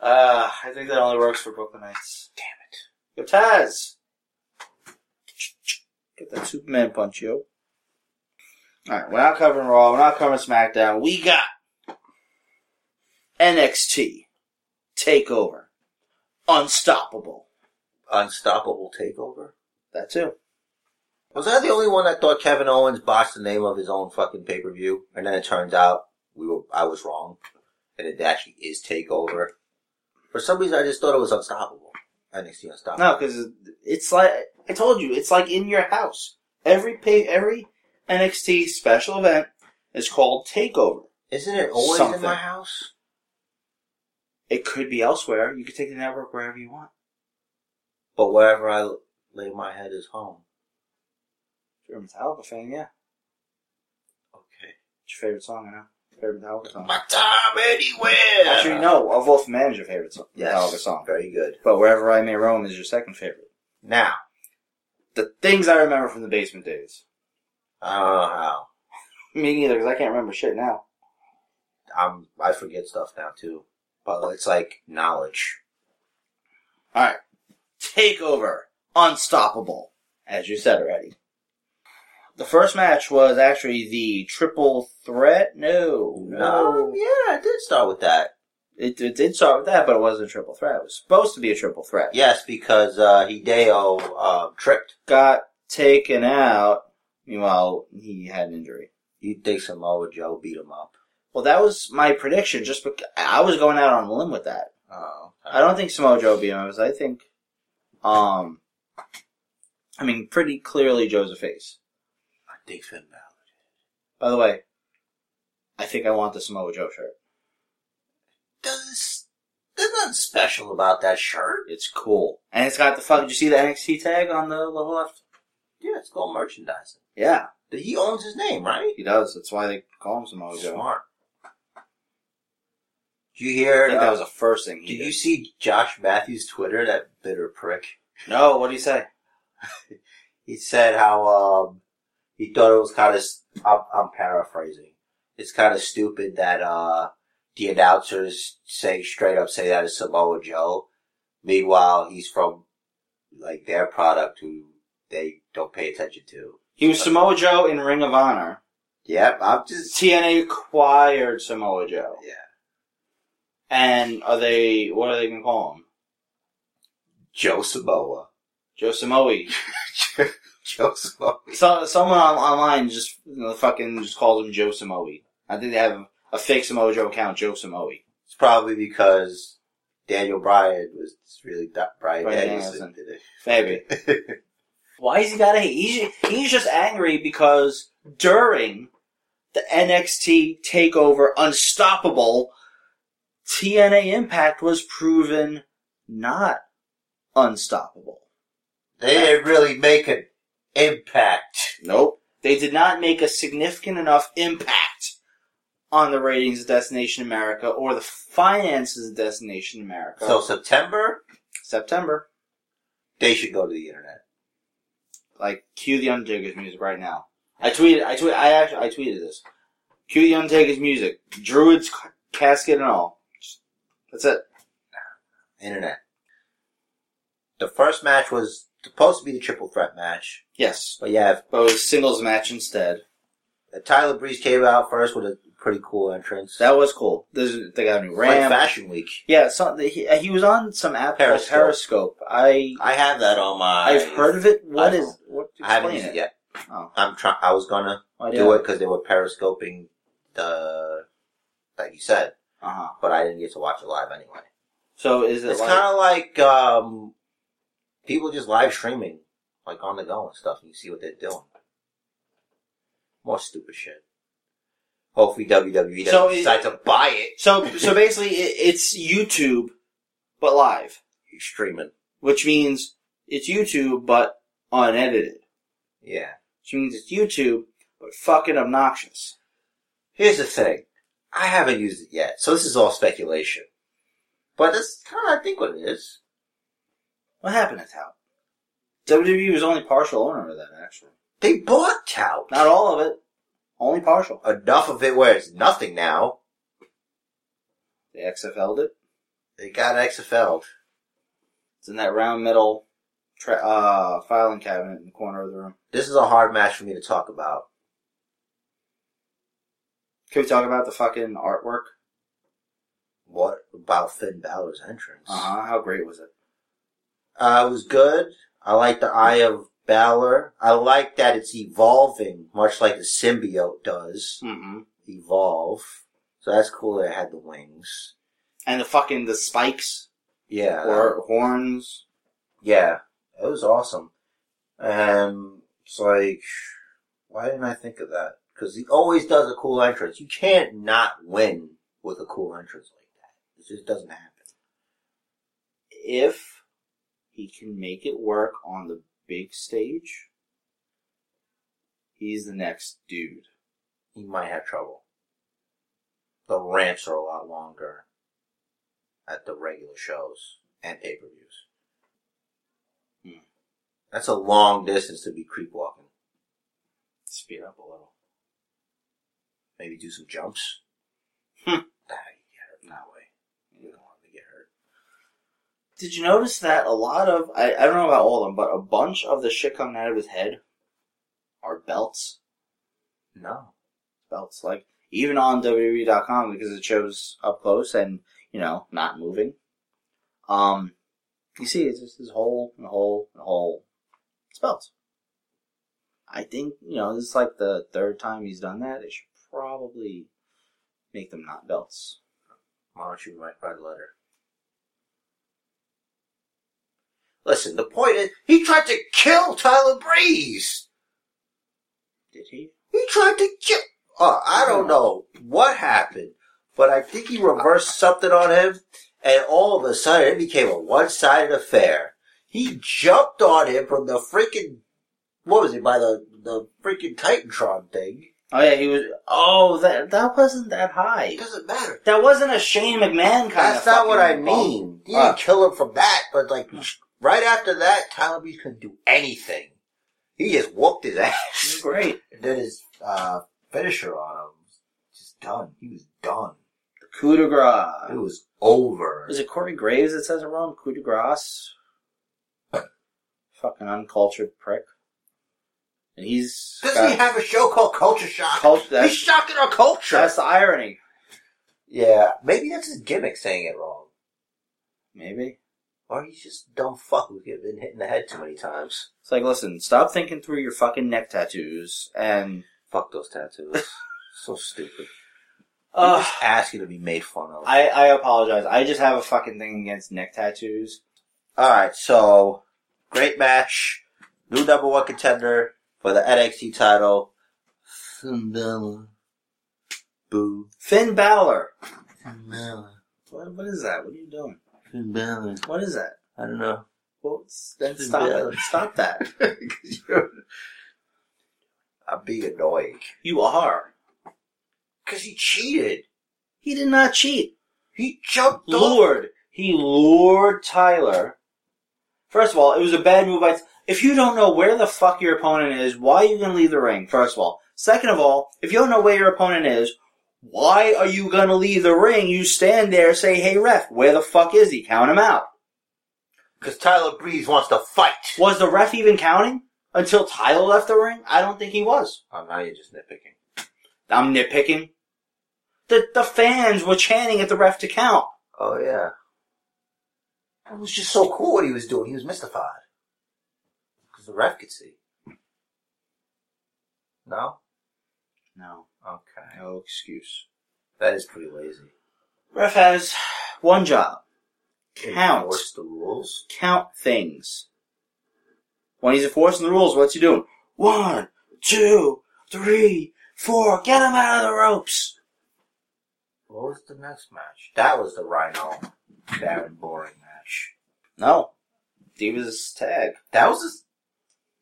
S1: Uh, I think that only works for Brooklynites. Damn it. Yo, Taz! Get that Superman punch, yo. Alright, we're not covering Raw, we're not covering SmackDown. We got NXT TakeOver. Unstoppable.
S3: Unstoppable takeover.
S1: That too.
S3: Was I the only one that thought Kevin Owens botched the name of his own fucking pay per view? And then it turns out we were I was wrong, and it actually is Takeover. For some reason, I just thought it was Unstoppable. NXT Unstoppable.
S1: No, because it's like I told you, it's like in your house. Every pay, every NXT special event is called Takeover.
S3: Isn't it always in
S1: Something.
S3: my house?
S1: It could be elsewhere. You could take the network wherever you want.
S3: But wherever I lay my head is home.
S1: If you're a Metallica fan, yeah.
S3: Okay.
S1: It's your favorite song, I know. Favorite Metallica song.
S3: My time anywhere.
S1: Actually, no. Of Wolf Man is your favorite song,
S3: Yes.
S1: Metallica song.
S3: Very good.
S1: But Wherever I May Roam is your second favorite.
S3: Now
S1: The things I remember from the basement days.
S3: I don't know how
S1: Me neither, because I can't remember shit now.
S3: I'm. I forget stuff now too. But it's like knowledge.
S1: All right. Takeover. Unstoppable. As you said already. The first match was actually the triple threat. No.
S3: Um, yeah, I did start with that.
S1: It, it did start with that, but it wasn't a triple threat. It was supposed to be a triple threat.
S3: Yes, because uh, Hideo uh, tripped.
S1: Got taken out. Meanwhile, he had an injury.
S3: You'd think Samoa Joe beat him up.
S1: Well, that was my prediction. Just because I was going out on a limb with that.
S3: Oh.
S1: I don't think Samoa Joe beat him. It was, I think, um, I mean, pretty clearly Joe's a face.
S3: I think Finn Balor.
S1: By the way, I think I want the Samoa Joe shirt.
S3: Does there's nothing special about that shirt?
S1: It's cool, and it's got the fuck. Did you see the NXT tag on the lower left?
S3: Yeah, it's called merchandising.
S1: Yeah,
S3: He owns his name, right?
S1: he does. That's why they call him Samoa Joe.
S3: Smart. Did you
S1: I
S3: hear?
S1: think that was
S3: uh,
S1: the first thing. He
S3: did
S1: did.
S3: you see Josh Matthews' Twitter? That bitter prick.
S1: No, what do you say?
S3: He said how um, he thought it was kind of. I'm, I'm paraphrasing. It's kind of stupid that uh, the announcers say straight up say that is Samoa Joe. Meanwhile, he's from like their product who they don't pay attention to.
S1: He was Samoa Joe in Ring of Honor.
S3: Yep, I'm just
S1: TNA acquired Samoa Joe,
S3: yeah.
S1: and are they? What are they gonna call him?
S3: Joe Samoa.
S1: Joe Samoa.
S3: Joe Samoa.
S1: So, someone on, online just you know, fucking just calls him Joe Samoa. I think they have a fake Samoa Joe account, Joe Samoa.
S3: It's probably because Daniel Bryan was really that Bryan
S1: Bryan
S3: Danielson did it.
S1: Maybe. Why is he got to hate? He's, he's just angry because during the NXT takeover unstoppable, TNA Impact was proven not unstoppable.
S3: They didn't really make an impact.
S1: Nope. They did not make a significant enough impact on the ratings of Destination America or the finances of Destination America.
S3: So September,
S1: September.
S3: they should go to the internet.
S1: like cue the Undertaker's music right now. I tweeted, I tweet, I actually, I tweeted this. Cue the Undertaker's music, Druid's c- casket and all. Just- That's it.
S3: Internet. The first match was supposed to be the triple threat match,
S1: Yes,
S3: but yeah,
S1: but it was singles match instead.
S3: Tyler Breeze came out first with a pretty cool entrance.
S1: That was cool. There's, they got a new
S3: like
S1: ramp.
S3: Fashion Week.
S1: yeah, so he, uh, he was on some app called
S3: Periscope.
S1: Periscope. I
S3: I have that on my.
S1: I've heard of it. What is? What?
S3: I haven't
S1: explain
S3: used it yet.
S1: Oh.
S3: I'm trying. I was gonna
S1: Why
S3: do it because they were periscoping the like you said,
S1: Uh huh.
S3: but I didn't get to watch it live anyway.
S1: So is it
S3: It's
S1: like?
S3: kind of like um, people just live streaming like on the go and stuff, and you see what they're doing. More stupid shit. Hopefully WWE doesn't
S1: So it-
S3: decide to buy it.
S1: so so basically, it, it's YouTube, but live.
S3: You're streaming,
S1: which means it's YouTube but unedited.
S3: yeah.
S1: Which means it's YouTube but fucking obnoxious.
S3: Here's the thing, I haven't used it yet, so this is all speculation. But that's kind of I think what it is.
S1: What happened to Tout? WWE E was only partial owner of that, actually.
S3: They bought Tout.
S1: Not all of it, only partial.
S3: enough of it where it's nothing now.
S1: They XFL'd it.
S3: They got XFL.
S1: It's in that round middle tra- uh, filing cabinet in the corner of the room.
S3: This is a hard match for me to talk about.
S1: Can we talk about the fucking artwork?
S3: What about Finn Balor's entrance?
S1: Uh huh. How great was it?
S3: Uh, it was good. I like the Eye of Balor. I like that it's evolving, much like the symbiote does
S1: Mm-hmm.
S3: evolve. So that's cool that it had the wings.
S1: And the fucking the spikes
S3: Yeah.
S1: or horns.
S3: yeah. It was awesome. And it's like, why didn't I think of that? Because he always does a cool entrance. You can't not win with a cool entrance like that. It just doesn't happen.
S1: if he can make it work on the big stage, he's the next dude.
S3: he might have trouble. The ramps are a lot longer at the regular shows and pay per views.
S1: Hmm.
S3: That's a long distance to be creep walking.
S1: Speed up a little.
S3: Maybe do some jumps.
S1: Hmm.
S3: Ah, you get hurt in that way. You don't want to get hurt.
S1: Did you notice that a lot of I, I don't know about all of them, but a bunch of the shit coming out of his head are belts.
S3: No.
S1: Belts like even on WWE.com because it shows up close and you know not moving. Um, you see, it's just this hole and hole and hole. It's belts. I think you know this is like the third time he's done that. They should probably make them not belts.
S3: Why don't you write, write a letter? Listen, the point is, he tried to kill Tyler Breeze!
S1: Did he? Hmm.
S3: He tried to kill. Oh, uh, I don't know what happened, but I think he reversed something on him, and all of a sudden it became a one-sided affair. He jumped on him from the freaking, what was it, by the, the freaking Titantron thing.
S1: Oh yeah, he was. Oh, that that wasn't that
S3: It
S1: high.
S3: doesn't matter.
S1: That wasn't a Shane McMahon kind of.
S3: That's not what I
S1: fucking bump. Hmm.
S3: mean. He
S1: Uh.
S3: didn't kill him from that, but like right after that, Tyler Breeze couldn't do anything. He just whooped his
S1: It was
S3: ass.
S1: great.
S3: and then his uh, finisher on him was just done. He was done.
S1: Coup de grace.
S3: It was over.
S1: Is it Corey Graves that says it wrong? Coup de grace? Fucking uncultured prick. And he's.
S3: Doesn't
S1: got-
S3: he have a show called Culture Shock?
S1: Culture- that's-
S3: He's shocking our culture.
S1: that's the irony.
S3: yeah, maybe that's his gimmick saying it wrong.
S1: Maybe.
S3: Or he's just a dumb fuck who's been hit in the head too many times.
S1: It's like, listen, stop thinking through your fucking neck tattoos and.
S3: Fuck those tattoos. so stupid.
S1: Uh,
S3: I'm just asking to be made fun of.
S1: I, I apologize. I just have a fucking thing against neck tattoos.
S3: All right, so great match, new number one contender for the NXT title. Finn Balor. Boo.
S1: Finn Balor.
S3: Finn Balor.
S1: What, what is that? What are you doing?
S3: Finn Balor.
S1: What is that?
S3: I don't know.
S1: Well, s- then
S3: Finn
S1: stop
S3: Balor.
S1: it. Stop that.
S3: I'm being annoying.
S1: You are.
S3: Because he cheated.
S1: He did not cheat.
S3: He jumped off.
S1: Lured. He lured Tyler. First of all, it was a bad move by. If you don't know where the fuck your opponent is, why are you gonna leave the ring? First of all. Second of all, if you don't know where your opponent is, why are you gonna leave the ring? You stand there, say, "Hey ref, where the fuck is he? Count him out."
S3: Because Tyler Breeze wants to fight.
S1: Was the ref even counting until Tyler left the ring? I don't think he was.
S3: Oh, now you're just nitpicking.
S1: I'm nitpicking. The the fans were chanting at the ref to count.
S3: Oh, yeah. It was just so cool what he was doing. He was mystified. Because the ref could see. No?
S1: No,
S3: Okay.
S1: no excuse.
S3: That is pretty lazy.
S1: Ref has one job. Count.
S3: Enforce the rules.
S1: Count things. When he's enforcing the rules, what's he doing? One, two, three, four. Get him out of the ropes.
S3: What was the next match? That was the Rhino Baron boring match.
S1: No. Divas tag.
S3: That was his.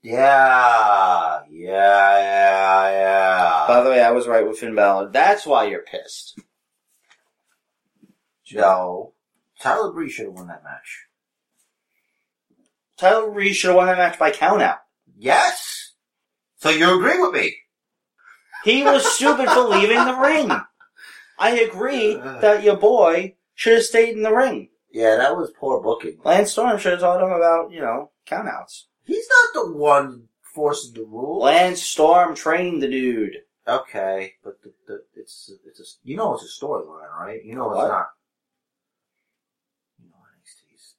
S3: Yeah, yeah, yeah, yeah.
S1: By the way, I was right with Finn Balor. That's why you're pissed.
S3: no, Tyler Breeze should have won that match.
S1: Tyler Reed should have won that match by count out.
S3: Yes. So you agree with me?
S1: He was stupid for leaving the ring. I agree that your boy should have stayed in the ring.
S3: Yeah, that was poor booking.
S1: Lance Storm should have taught him about, you know, countouts.
S3: He's not the one forcing the rule.
S1: Lance Storm trained the dude.
S3: Okay, but the, the, it's it's a you know it's a storyline, right? You know
S1: What?
S3: it's not. You know NXT's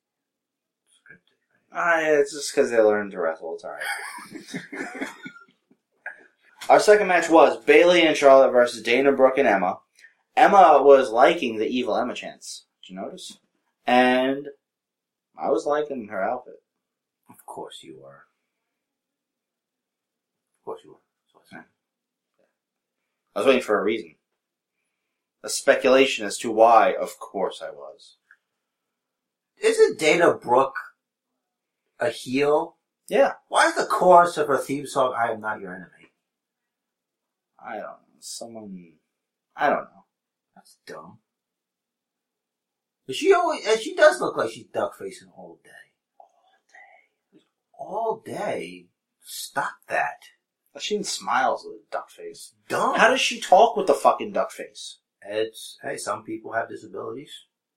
S3: scripted.
S1: Ah, yeah, it's just because they learned to wrestle. It's alright. Our second match was Bailey and Charlotte versus Dana Brooke and Emma. Emma was liking the evil Emma chance. Did you notice? And I was liking her outfit.
S3: Of course you are. Of course you are. That's what I said.
S1: I was waiting for a reason. A speculation as to why, of course, I was.
S3: Isn't Dana Brooke a heel?
S1: Yeah.
S3: Why is the chorus of her theme song "I Am Not Your Enemy"?
S1: I don't know. Someone. I don't know.
S3: That's dumb. But she always and she does look like she's duck facing all day. All day. All day. Stop that.
S1: She even smiles with a duck face.
S3: Dumb.
S1: How does she talk with the fucking duck face?
S3: It's hey, some people have disabilities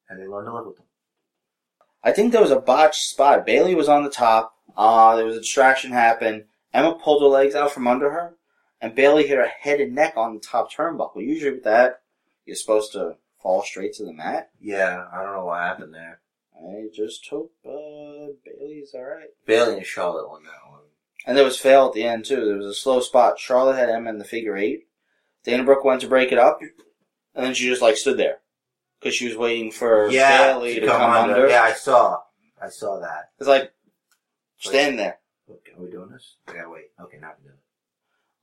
S3: and they learn to live with them.
S1: I think there was a botched spot. Bailey was on the top. Uh, there was a distraction happen. Emma pulled her legs out from under her, and Bailey hit her head and neck on the top turnbuckle. Usually with that, you're supposed to fall straight to the mat.
S3: Yeah, I don't know what happened there.
S1: I just hope uh, Bailey's all right.
S3: Bailey and Charlotte won that one.
S1: And there was fail at the end too. There was a slow spot. Charlotte had Emma in the figure eight. Dana Brooke went to break it up, and then she just like stood there because she was waiting for
S3: yeah,
S1: Bailey
S3: she
S1: to come, under.
S3: Yeah, I saw. I saw that.
S1: It's like stand there.
S3: Okay, are we doing this? Yeah, wait. Okay, now we do it.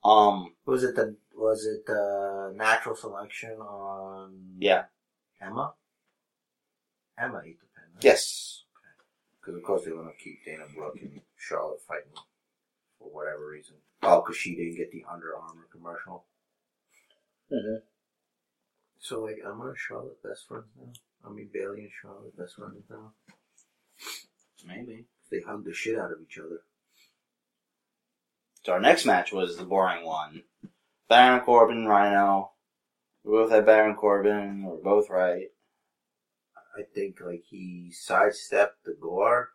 S1: Um,
S3: Was it the was it the natural selection on
S1: yeah.
S3: Emma? Emma ate the pen. Right?
S1: Yes.
S3: Because of course they want to keep Dana Brooke and Charlotte fighting for whatever reason. Oh, because she didn't get the Under Armour commercial.
S1: Mhm.
S3: So like Emma and Charlotte best friends now. I mean Bailey and Charlotte best friends now.
S1: Maybe.
S3: They hug the shit out of each other.
S1: So our next match was the boring one. Baron Corbin, Rhino. We both had Baron Corbin. We were both right.
S3: I think like he sidestepped the gore.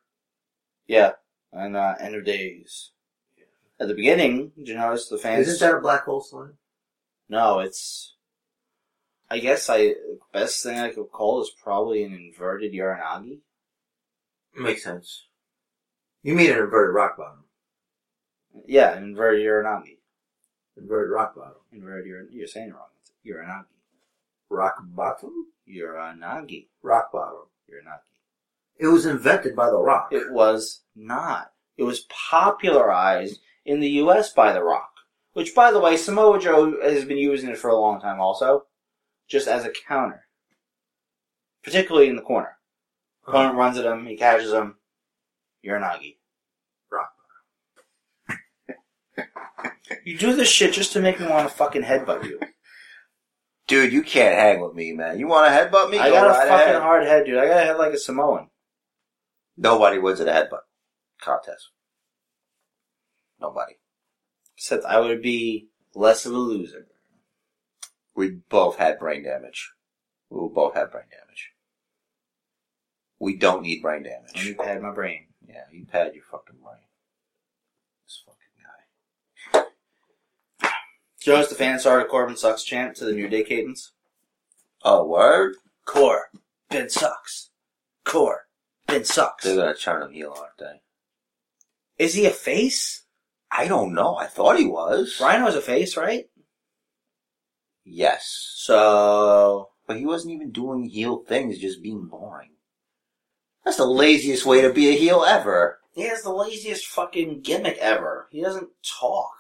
S1: Yeah. And uh, End of Days. At the beginning, did you notice the fans?
S3: Isn't that a black hole slam?
S1: No, it's. I guess I best thing I could call is probably an inverted Uranagi.
S3: Makes sense. You mean an inverted rock bottom?
S1: Yeah, an inverted Uranagi.
S3: Inverted rock bottom.
S1: Inverted Uran. You're saying it wrong. It's Uranagi.
S3: Rock bottom?
S1: Uranagi.
S3: Rock bottom.
S1: Uranagi.
S3: It was invented by The Rock.
S1: It was not. It was popularized in the U.S. by The Rock, which, by the way, Samoa Joe has been using it for a long time, also, just as a counter, particularly in the corner.
S3: Uh-huh.
S1: Opponent runs at him, he catches him. Uranagi.
S3: Rock.
S1: You do this shit just to make me want to fucking headbutt you.
S3: Dude, you can't hang with me, man. You want to headbutt me?
S1: I
S3: Go
S1: got a
S3: right
S1: fucking
S3: ahead.
S1: hard head, dude. I got a head like a Samoan.
S3: Nobody wins at a headbutt contest. Nobody.
S1: Except I would be less of a loser.
S3: We both had brain damage. We will both have brain damage. We don't need
S1: And
S3: brain damage.
S1: you've had my brain.
S3: Yeah, you've had your fucking brain. This fucking guy.
S1: Joe the fan started Corbin sucks chant to the New Day cadence.
S3: Oh, word?
S1: Core, Ben sucks. Core, Ben sucks.
S3: They're gonna turn him heel, aren't they?
S1: Is he a face?
S3: I don't know. I thought he was.
S1: Rhino's a face, right?
S3: Yes.
S1: So
S3: But he wasn't even doing heel things, just being boring. That's the laziest way to be a heel ever.
S1: he has the laziest fucking gimmick ever. He doesn't talk.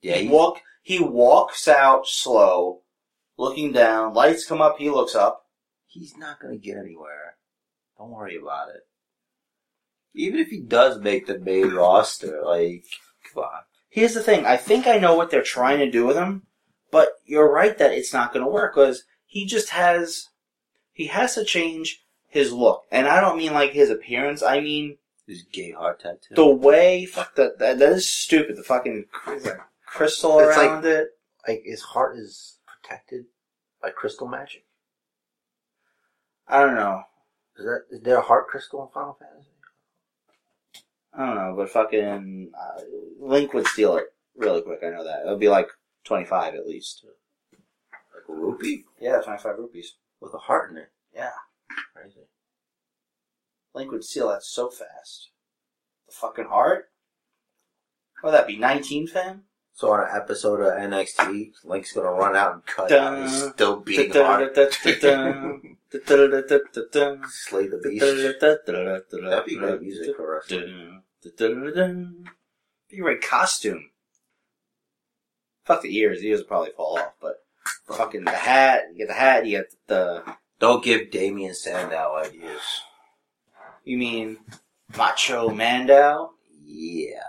S3: Yeah,
S1: he
S3: he,
S1: walk. He walks out slow, looking down. Lights come up. He looks up.
S3: he's not gonna get anywhere. Don't worry about it. Even if he does make the main roster, like, come on.
S1: Here's the thing. I think I know what they're trying to do with him, but you're right that it's not going to work because he just has. He has to change his look, and I don't mean like his appearance. I mean
S3: His gay heart tattoo.
S1: the way. Fuck that. That, that is stupid. The fucking cr- crystal
S3: It's like-
S1: around it.
S3: like, his heart is protected by crystal magic.
S1: I don't know.
S3: Is that, is there a heart crystal in Final Fantasy?
S1: I don't know, but fucking uh, Link would steal it really quick. I know that. It would be like twenty five at least.
S3: Like a rupee?
S1: Yeah, twenty five rupees.
S3: With a heart in it.
S1: Yeah.
S3: Crazy.
S1: Link would steal that so fast. The fucking heart? What would that be, 19, fam?
S3: So on an episode of NXT, Link's gonna run out and cut
S1: Dun.
S3: and he's still beating hard.
S1: Da-da-da-da-da-da. Da-da-da-da-da-da.
S3: Slay the beast.
S1: Da-da-da-da-da-da.
S3: That'd be great music for us.
S1: Da-da-da-da-da. Da-da-da-da-da. Be right costume. Fuck the ears. The ears would probably fall off, but fucking the hat. You get the hat, you get the.
S3: Don't give Damien Sandow ideas.
S1: You mean Macho Mandow?
S3: Yeah.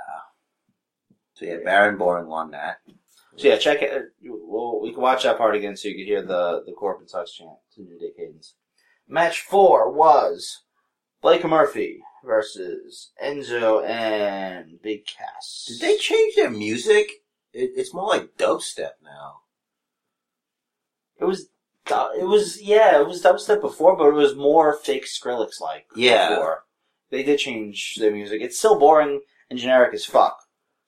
S3: So yeah, Baron Boring won that.
S1: So yeah, check it. Well, we can watch that part again so you can hear the the Corbin Sox chant to New Day Cadence. Match four was Blake Murphy versus Enzo and Big Cass.
S3: Did they change their music? It, it's more like dubstep now.
S1: It was du- it was yeah it was dubstep before, but it was more fake Skrillex like.
S3: Yeah.
S1: Before. They did change their music. It's still boring and generic as fuck,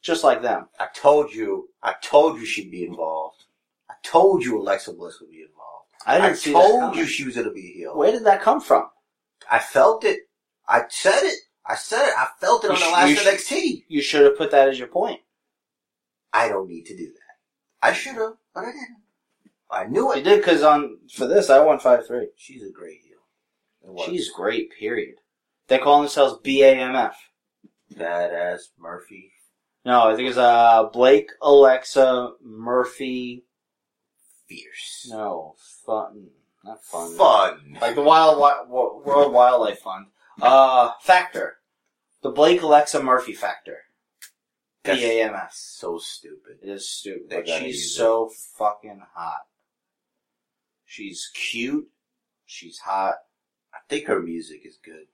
S1: just like them.
S3: I told you. I told you she'd be involved. I told you Alexa Bliss would be involved.
S1: I didn't see that.
S3: told
S1: coming.
S3: you she was gonna be a heel.
S1: Where did that come from?
S3: I felt it. I said it. I said it. I felt it
S1: You
S3: on the
S1: sh-
S3: last
S1: you sh-
S3: NXT.
S1: You should have put that as your point.
S3: I don't need to do that. I should have, but I didn't. I knew
S1: You
S3: it.
S1: did because on for this I won five three.
S3: She's a great heel. It was.
S1: She's great, period. They call themselves BAMF.
S3: badass Murphy.
S1: No, I think it's uh Blake, Alexa, Murphy.
S3: Fierce.
S1: No, fun, not fun.
S3: Fun.
S1: Like the Wild Wi- Wo- World Wildlife Fund. Uh, factor. The Blake, Alexa, Murphy factor.
S3: That's-
S1: PAMS.
S3: So stupid.
S1: It is stupid.
S3: They
S1: Like,
S3: gotta
S1: she's
S3: use
S1: so fucking hot. She's cute. She's hot.
S3: I think her music is good.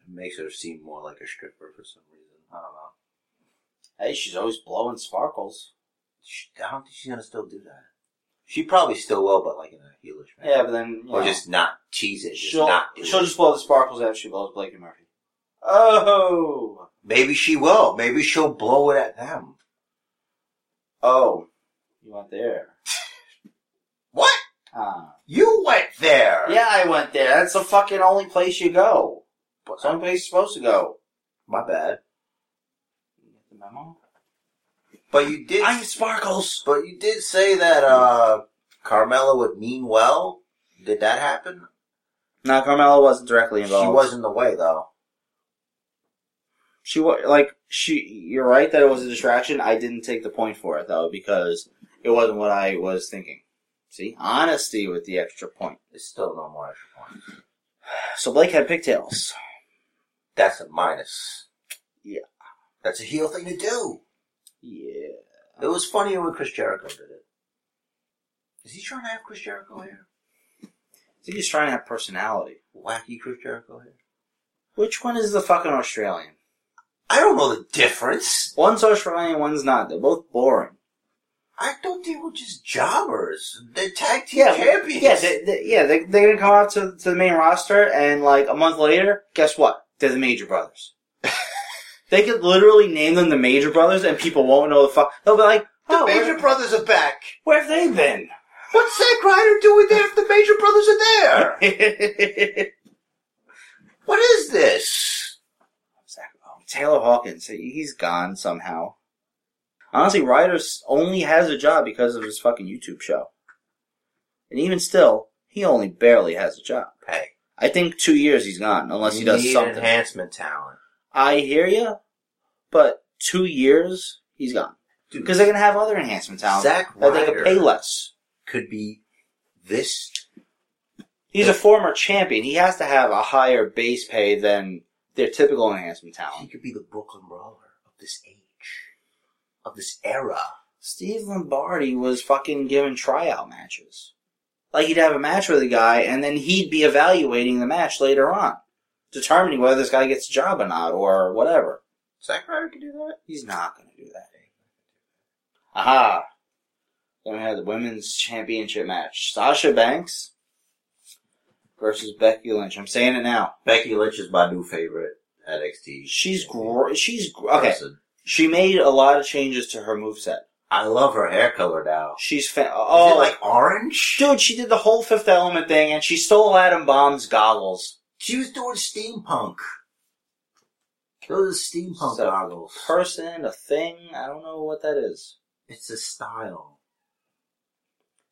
S3: It makes her seem more like a stripper for some reason. I don't know.
S1: Hey, she's always blowing sparkles.
S3: She, I don't think she's gonna still do that. She probably still will, but like in a heelish manner.
S1: Yeah, but then you
S3: Or
S1: know,
S3: just not cheese it. Just
S1: she'll
S3: not do
S1: she'll
S3: it.
S1: just blow the sparkles after she blows Blake and Murphy. Oh,
S3: Maybe she will. Maybe she'll blow it at them.
S1: oh, you went there?
S3: What?
S1: Ah,
S3: You went there.
S1: yeah, I went there. That's the fucking only place you go. It's the only place you're supposed to go.
S3: My bad.
S1: You get the memo?
S3: But you did.
S1: I'm sparkles.
S3: But you did say that uh Carmela would mean well. Did that happen?
S1: No, Carmela wasn't directly involved.
S3: She was in the way though.
S1: She was like she. You're right that it was a distraction. I didn't take the point for it though because it wasn't what I was thinking. See, honesty with the extra point.
S3: It's still no more extra point.
S1: So Blake had pigtails.
S3: That's a minus.
S1: Yeah.
S3: That's a heel thing to do.
S1: Yeah.
S3: It was funnier when Chris Jericho did it. Is he trying to have Chris Jericho here?
S1: I think he's trying to have personality.
S3: Wacky Chris Jericho here?
S1: Which one is the fucking Australian?
S3: I don't know the difference.
S1: One's Australian, one's not. They're both boring.
S3: I thought they were just jobbers. They're tag team
S1: Yeah,
S3: champions.
S1: yeah, they, they, yeah. They, they're gonna come out to, to the main roster, and like a month later, guess what? They're the Major Brothers. they could literally name them the Major Brothers, and people won't know the fuck. They'll be like,
S3: the
S1: "Oh,
S3: Major
S1: where,
S3: Brothers are back.
S1: where have they been?"
S3: What's Zack Ryder doing there if the Major Brothers are there?
S1: Zach-
S3: What is this?
S1: oh, Taylor Hawkins, he- he's gone somehow. Honestly, Ryder s- only has a job because of his fucking YouTube show. And even still, he only barely has a job.
S3: Hey,
S1: I think two years he's gone, unless he does
S3: need
S1: something.
S3: enhancement talent.
S1: I hear you, but two years he's gone
S3: Dude,
S1: because they're gonna have other enhancement talent
S3: Zack
S1: that they can
S3: Ryder.
S1: pay less.
S3: could be this.
S1: He's a former champion; he has to have a higher base pay than their typical enhancement
S3: He
S1: talent.
S3: could be the Brooklyn Brawler of this age, of this era.
S1: Steve Lombardi was fucking giving tryout matches. Like he'd have a match with a guy and then he'd be evaluating the match later on. Determining whether this guy gets a job or not or whatever.
S3: Zack Ryder could do that.
S1: He's not gonna do that. Aha. Then we had the women's championship match. Sasha Banks versus Becky Lynch. I'm saying it now.
S3: Becky Lynch is my new favorite NXT.
S1: She's gr- she's gr- okay.
S3: person.
S1: She made a lot of changes to her moveset.
S3: I love her hair color now.
S1: She's fa-
S3: Oh,
S1: oh
S3: like orange?
S1: Dude, she did the whole Fifth Element thing, and she stole Adam Bomb's goggles.
S3: She was doing steampunk. Those steampunk
S1: So-
S3: goggles.
S1: Person, a thing, I don't know what that is.
S3: It's a style.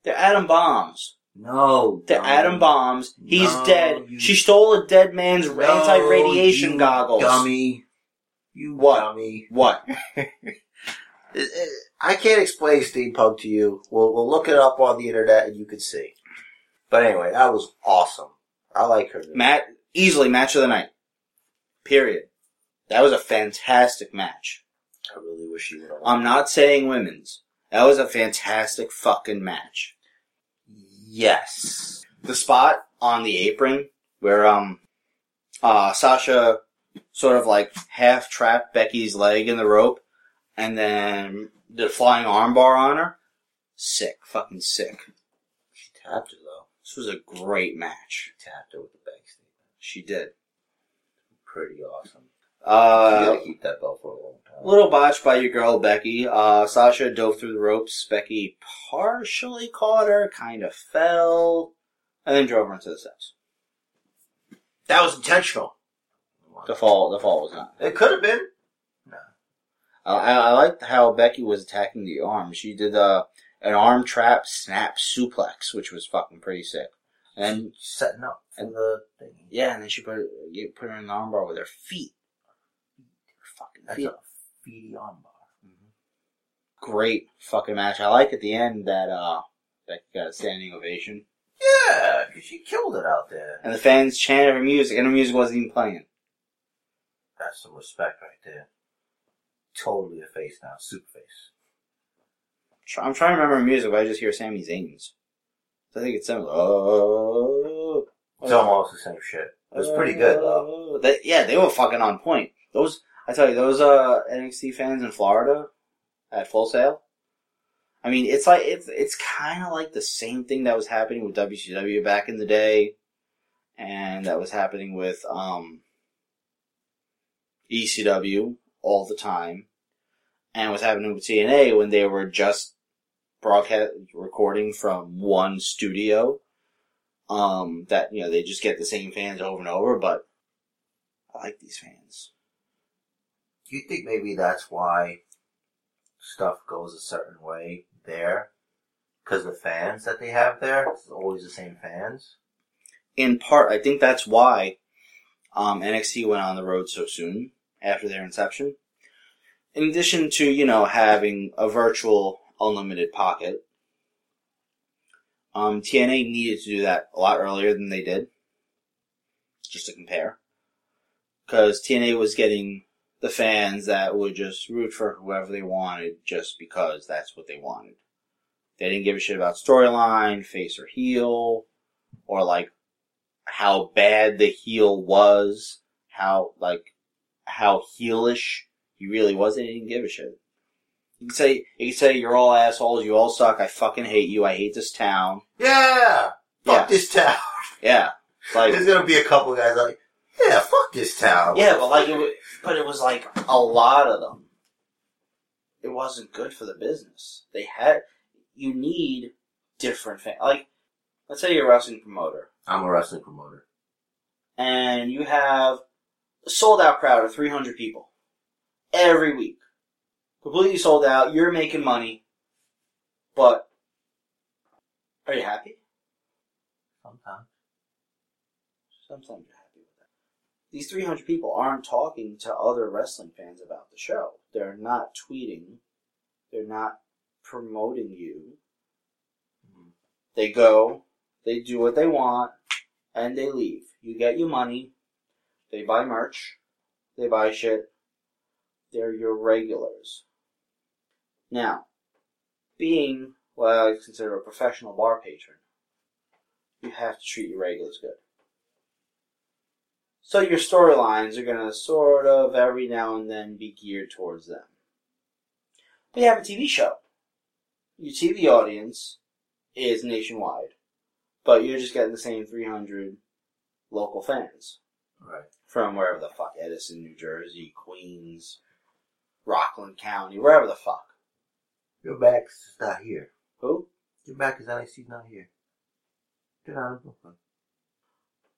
S1: They're Adam Bombs.
S3: No,
S1: They're
S3: dumb.
S1: Adam Bombs. He's
S3: No,
S1: dead.
S3: you-
S1: She stole a dead man's
S3: No,
S1: anti-radiation
S3: you
S1: goggles.
S3: Dummy. You
S1: What?
S3: dummy.
S1: What?
S3: I- I I can't explain steampunk to you. We'll, we'll look it up on the internet and you can see. But anyway, that was awesome. I like her.
S1: Matt, easily match of the night. Period. That was a fantastic match.
S3: I really wish she would have
S1: I'm not saying women's. That was a fantastic fucking match.
S3: Yes.
S1: the spot on the apron where um uh Sasha sort of like half trapped Becky's leg in the rope and then the flying armbar on her. Sick, fucking sick.
S3: She tapped her though.
S1: This was a great match.
S3: She tapped her with the back statement.
S1: She did.
S3: Pretty awesome. you
S1: Uh
S3: gotta keep that belt for a long time.
S1: little botch by your girl Becky. Uh Sasha dove through the ropes. Becky partially caught her, kind of fell, and then drove her into the steps.
S3: that was intentional.
S1: The fall the fall was not.
S3: It could have been.
S1: Uh, I, I liked how Becky was attacking the arm. She did uh, an arm trap snap suplex, which was fucking pretty sick. And
S3: Setting up for the thing.
S1: yeah, and then she put you put her in the armbar with her feet. Her fucking
S3: That's
S1: feet.
S3: a graffiti armbar.
S1: Great fucking match. I like at the end that uh that he got a standing ovation.
S3: Yeah, because she killed it out there.
S1: And the fans chanted her music, and her music wasn't even playing.
S3: That's some respect right there. Totally a face now, super face.
S1: Try- I'm trying to remember her music, but I just hear Sammy Zayn's. So I think it's similar. Oh,
S3: It's almost the same shit. It was pretty good though.
S1: Oh. They- yeah, they were fucking on point. Those, I tell you, those uh, NXT fans in Florida at Full Sail. I mean, it's like it's it's kind of like the same thing that was happening with WCW back in the day, and that was happening with um, ECW all the time, and was happening with TNA when they were just broadcast recording from one studio um, that you know they just get the same fans over and over. But I like these fans.
S3: Do you think maybe that's why stuff goes a certain way there? Because the fans that they have there, it's always the same fans.
S1: In part, I think that's why um, NXT went on the road so soon after their inception. In addition to you know having a virtual unlimited pocket, um, TNA needed to do that a lot earlier than they did, just to compare, because TNA was getting the fans that would just root for whoever they wanted just because that's what they wanted. They didn't give a shit about storyline, face or heel, or like how bad the heel was, how like how heelish he really was. They didn't give a shit. You can say you can say you're all assholes, you all suck, I fucking hate you, I hate this town.
S3: Yeah, fuck this town.
S1: Yeah. It's Like
S3: There's gonna be a couple guys like, yeah, fuck this town.
S1: Yeah, but like, it was, but it was like a lot of them. It wasn't good for the business. They had you need different things. Like, let's say you're a wrestling promoter
S3: I'm a wrestling promoter.
S1: and you have a sold out crowd of 300 people every week, completely sold out. You're making money, but are you happy?
S3: Sometimes.
S1: Sometimes you're happy with that. These 300 people aren't talking to other wrestling fans about the show. They're not tweeting. They're not promoting you.
S3: Mhm.
S1: They go, they do what they want, and they leave. You get your money. They buy merch. They buy shit. They're your regulars. Now, being what I would consider a professional bar patron, you have to treat your regulars good. So your storylines are going to sort of every now and then be geared towards them. But you have a TV show. Your TV audience is nationwide, but you're just getting the same 300 local fans
S3: Right.
S1: from wherever the fuck Edison, New Jersey, Queens, Rockland County, wherever the fuck.
S3: Your back's is not here.
S1: Who?
S3: Your back is NXT's not here. Get out of Brooklyn.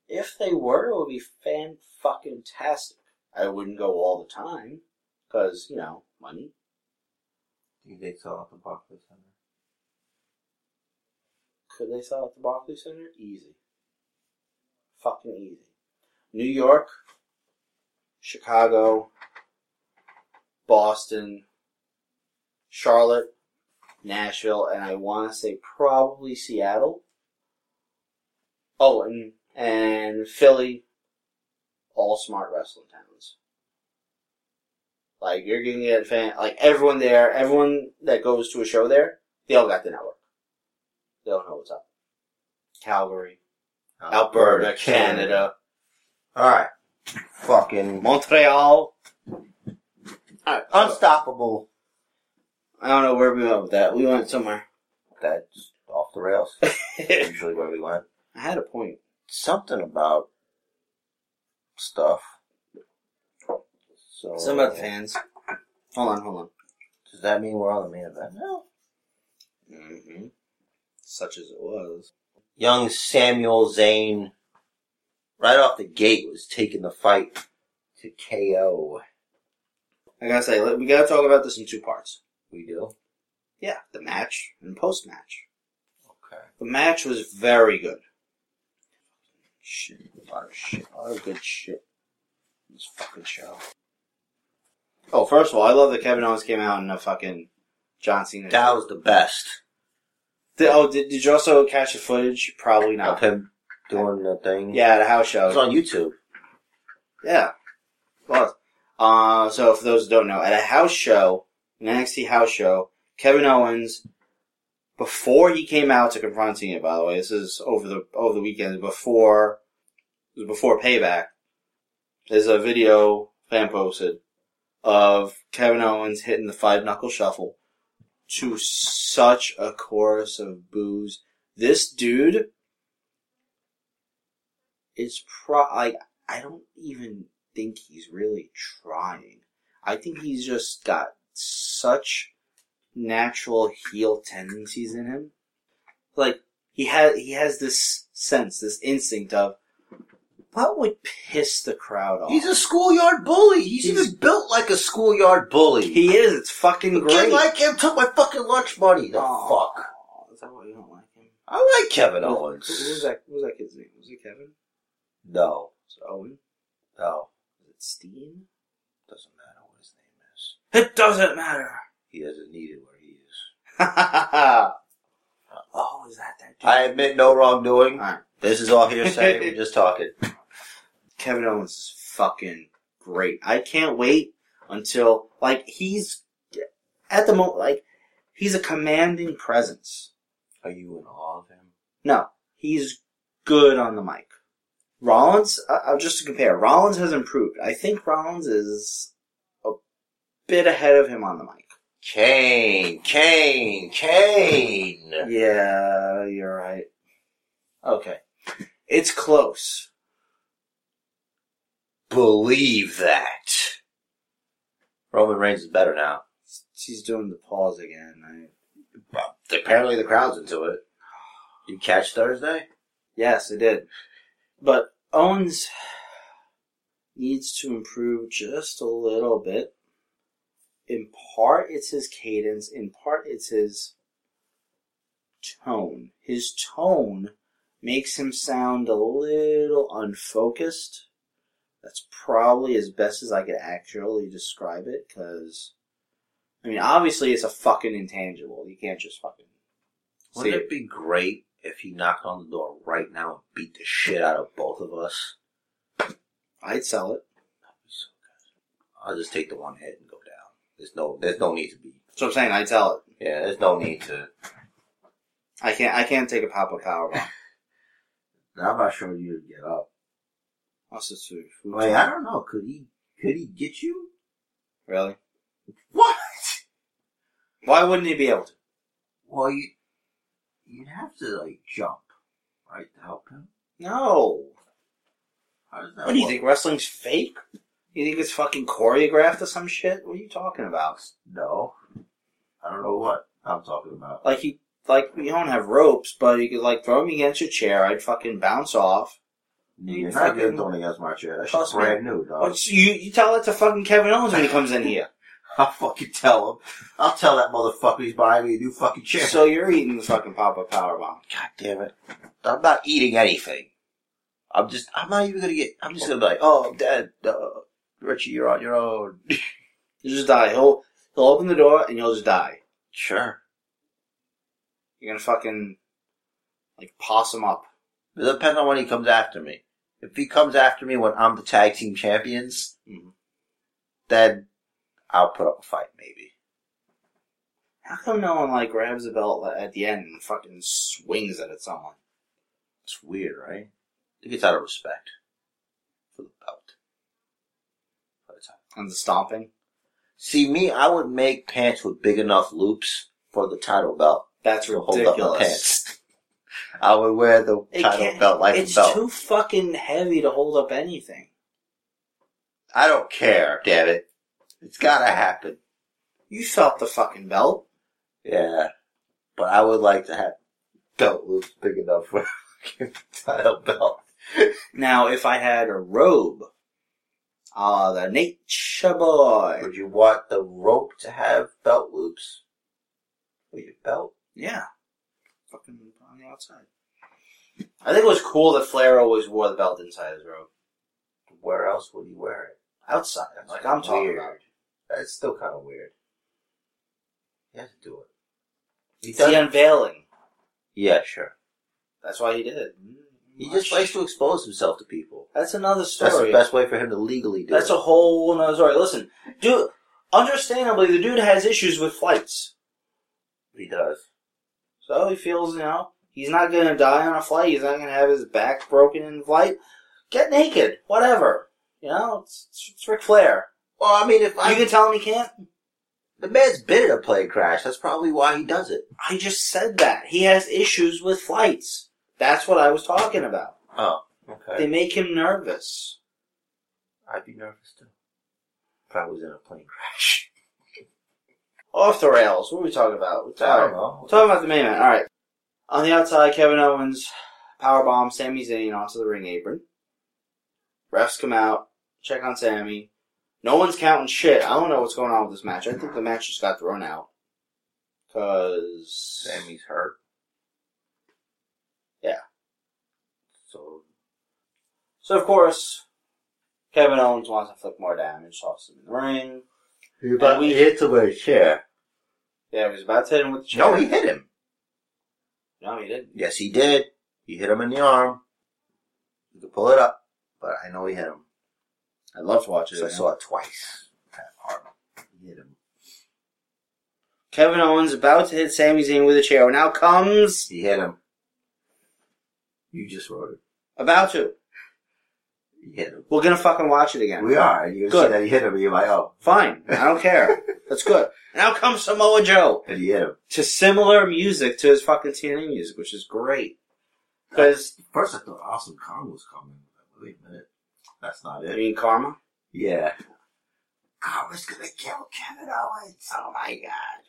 S1: If they were, it would be fan fucking tastic. I wouldn't go all the time because you know money.
S3: Do you think they sell out the Barclays Center?
S1: Could they sell at the Barclays Center? Easy. Fucking easy. New York, Chicago, Boston, Charlotte, Nashville, and I want to say probably Seattle. Oh, and, and Philly. All smart wrestling towns. Like, you're getting a fan, like, everyone there, everyone that goes to a show there, they all got the network. They all know what's up. Calgary, Alberta, Canada,
S3: Alright. Fucking
S1: Montreal. Alright, I
S3: unstoppable.
S1: don't know where we went with that. We went somewhere.
S3: That's off the rails.
S1: I
S3: Usually where we went.
S1: had a point.
S3: Something about stuff. So
S1: Something about the fans. Hold on, hold on.
S3: Does that mean we're on the main event now?
S1: Mm-hmm. Such as it was.
S3: young Samuel Zane, right off the gate, was taking the fight to KO.
S1: I gotta say, let- we gotta talk about this in two parts.
S3: We do.
S1: Yeah, the match and post match.
S3: Okay.
S1: The match was very good. Shit, a lot of shit, a lot of good shit. This fucking show. Oh, first of all, I love that Kevin Owens came out in a fucking John Cena.
S3: That was the best
S1: Did- oh, did, did you also catch the footage? Probably
S3: of
S1: not.
S3: him doing the thing.
S1: Yeah, at a house
S3: it
S1: show.
S3: was on YouTube.
S1: Yeah. Well, uh, so for those who don't know, at a house show, an NXT house show, Kevin Owens, before he came out to confront Cena, by the way, this is over the, over the weekend, before, it was before payback, there's a video fan posted of Kevin Owens hitting the five knuckle shuffle to such a chorus of boos. This dude is pro, like, I don't even think he's really trying. I think he's just got such natural heel tendencies in him. Like he has he has this sense, this instinct of what would piss the crowd off.
S3: He's a schoolyard bully. He's,
S1: He's-
S3: even built like a schoolyard bully.
S1: he is. It's fucking
S3: a
S1: great.
S3: kid like him took my fucking lunch money. The
S1: Aw,
S3: fuck.
S1: Is that why you don't like him?
S3: I like Kevin
S1: Who-
S3: Owens.
S1: Who, who was that? What was that kid's name? Was it Kevin?
S3: No,
S1: Was it Owen?
S3: no,
S1: Was it Steen?
S3: doesn't matter what his name is.
S1: It doesn't matter.
S3: He isn't needed where he is.
S1: oh, is that that dude?
S3: I admit no wrongdoing.
S1: All right.
S3: This is all hearsay. We're just talking.
S1: Kevin Owens is fucking great. I can't wait until like he's at the moment like he's a commanding presence.
S3: Are you in awe of him?
S1: No, he's good on the mic. Rollins, I, I'll just to compare. Rollins has improved. I think Rollins is a bit ahead of him on the mic.
S3: Kane, Kane, Kane.
S1: Yeah, you're right. Okay, it's close.
S3: Believe that. Roman Reigns is better now.
S1: She's doing the pause again. I,
S3: Well, apparently the crowd's into it. You catch Thursday?
S1: Yes, it did. But Owens needs to improve just a little bit. In part, it's his cadence. In part, it's his tone. His tone makes him sound a little unfocused. That's probably as best as I could actually describe it, because, I mean, obviously it's a fucking intangible. You can't just fucking.
S3: Wouldn't
S1: say
S3: it be great if he knocked on the door right now and beat the shit out of both of us?
S1: I'd sell it.
S3: I'll just take the one hit and go down. There's no, there's no need to be.
S1: That's what I'm saying. I'd sell it.
S3: Yeah, there's no need to.
S1: I can't. I can't take a pop up power bomb.
S3: I'm not sure you'd get up.
S1: Also, too, food
S3: Wait, I don't know. Could he? Could he get you?
S1: really?
S3: What?
S1: Why wouldn't he be able to?
S3: Well, you, you'd have to like jump, right, to help him.
S1: No.
S3: How does that
S1: What do you
S3: work?
S1: think? Wrestling's fake? You think it's fucking choreographed or some shit? What are you talking about?
S3: No, I don't know what I'm talking about.
S1: Like you, like you don't have ropes, but you could like throw me against your chair. I'd fucking bounce off. You
S3: You're not
S1: fucking-
S3: getting throwing against my chair. That shit's
S1: Trust me.
S3: brand new,
S1: Oh,
S3: dog.
S1: it's- you you tell that to fucking Kevin Owens when he comes in here.
S3: I'll fucking tell him. I'll tell that motherfucker he's buying me a new fucking chair.
S1: so you're eating the fucking pop up power bomb.
S3: God damn it. I'm not eating anything. I'm just, I'm not even gonna get, I'm just gonna be like, oh, Dad, uh, Richie, you're on your own.
S1: You just die. He'll he'll open the door and you'll just die.
S3: sure.
S1: You're gonna fucking like possum up.
S3: It depends on when he comes after me. If he comes after me when I'm the tag team champions,
S1: Mhm.
S3: then I'll put up a fight, maybe.
S1: How come no one like grabs the belt at the end and fucking swings it at someone?
S3: It's weird, right? I think it's out of respect for the belt. But it's
S1: And the stomping?
S3: See, me, I would make pants with big enough loops for the title belt.
S1: That's
S3: To hold up my
S1: ridiculous.
S3: pants. I would wear the
S1: It
S3: title
S1: can't-
S3: belt like
S1: it's
S3: a belt.
S1: too fucking heavy to hold up anything.
S3: I don't care, damn it. It's gotta happen.
S1: You felt the fucking belt.
S3: Yeah. But I would like to have belt loops big enough for the title belt.
S1: Now, if I had a robe, ah, the nature boy.
S3: Would you want the rope to have belt loops? For your belt?
S1: Yeah. Fucking on the outside. I think it was cool that Flair always wore the belt inside his robe.
S3: Where else would you wear it?
S1: Outside. Like I'm talking
S3: Weird.
S1: about.
S3: That's still kind of weird. You have to do it. He
S1: It's the
S3: does.
S1: unveiling.
S3: Yeah, sure.
S1: That's why he did it. Mm,
S3: He just likes to expose himself to people.
S1: That's another
S3: Oh, That's the
S1: story.
S3: best way for him to legally do
S1: That's
S3: it.
S1: a whole nother story. Listen, dude, understandably, the dude has issues with flights.
S3: he does.
S1: So he feels, you know, he's not going to die on a flight. He's not going to have his back broken in flight. Get naked. Whatever. You know, it's, it's Ric Flair.
S3: Well, I mean, if I,
S1: You can tell him he can't?
S3: the man's been in a plane crash, that's probably why he does it.
S1: I just said that. He has issues with flights. That's what I was talking about.
S3: Oh,
S1: They
S3: okay.
S1: make him nervous.
S3: I'd be nervous too if I was in a plane crash.
S1: Off the rails. What are we talking about? We're
S3: I don't
S1: tired.
S3: know.
S1: Talking about the main event. All right. On the outside, Kevin Owens power bomb Sami Zayn onto the ring apron. Refs come out, check on Sammy. No one's counting shit. I don't know what's going on with this match. I think the match just got thrown out. Cause
S3: Sammy's hurt.
S1: Yeah.
S3: So
S1: so of course Kevin Owens wants to inflict more damage, toss him in the ring.
S3: he
S1: about- he
S3: hit him with a chair.
S1: Yeah, he's about to hit him with the chair.
S3: No, he hit him.
S1: no, he didn't.
S3: Yes, he did. He hit him in the arm. You can pull it up, but I know he hit him.
S1: I'd love to watch it.
S3: So I
S1: again.
S3: saw it twice. That arm. He hit him.
S1: Kevin Owens about to hit Sami Zayn with a chair. Now comes
S3: He hit him. You just wrote it.
S1: about to.
S3: He hit him.
S1: We're gonna fucking watch it again.
S3: We are. and You see
S1: Good.
S3: that he hit him. and You're like, oh,
S1: Fine. I don't care. That's good. Now comes Samoa Joe
S3: and he hit him.
S1: to similar music to his fucking TNA music, which is great. Because,
S3: First, I thought Awesome Kong was coming. Like, Wait a minute. That's not
S1: I
S3: it.
S1: mean, Karma.
S3: Yeah. God was gonna kill Kevin Owens.
S1: Oh my god.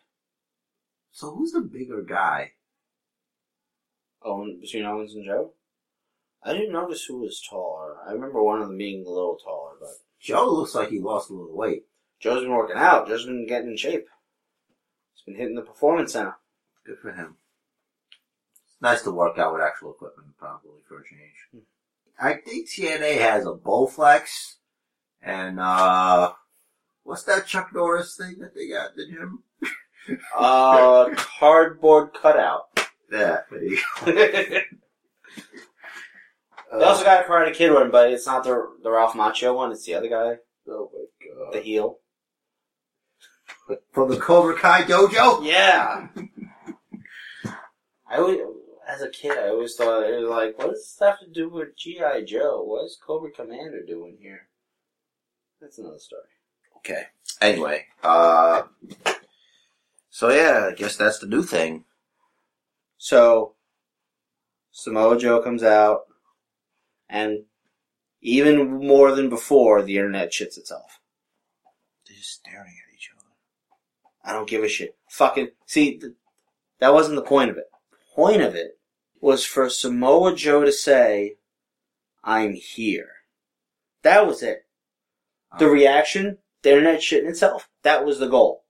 S3: So who's the bigger guy?
S1: Owen, between Owens and Joe? I didn't notice who was taller. I remember one of them being a little taller, but
S3: Joe looks like he lost a little weight.
S1: Joe's been working out. Joe's been getting in shape. He's been hitting the performance center.
S3: Good for him. It's nice to work out with actual equipment, probably for a change.
S1: Hmm.
S3: I think TNA has a Bowflex and uh, what's that Chuck Norris thing that they got at the gym?
S1: Uh, cardboard cutout.
S3: That. there you
S1: they
S3: go.
S1: also got a Karate Kid one, but it's not the, the Ralph Macchio one. It's the other guy,
S3: oh my
S1: the
S3: god!
S1: heel.
S3: From the Cobra Kai dojo.
S1: Yeah. I always, as a kid, I always thought it was like, what does this have to do with GI Joe? What is Cobra Commander doing here? That's another story.
S3: Okay. Anyway, uh, so yeah, I guess that's the new thing.
S1: So Samoa Joe comes out, and even more than before, the internet shits itself.
S3: They're just staring at each other.
S1: I don't give a shit. Fucking see, th- that wasn't the point of it. Point of it was for Samoa Joe to say, "I'm here." That was it. The reaction, the internet shitting itself, that was the goal,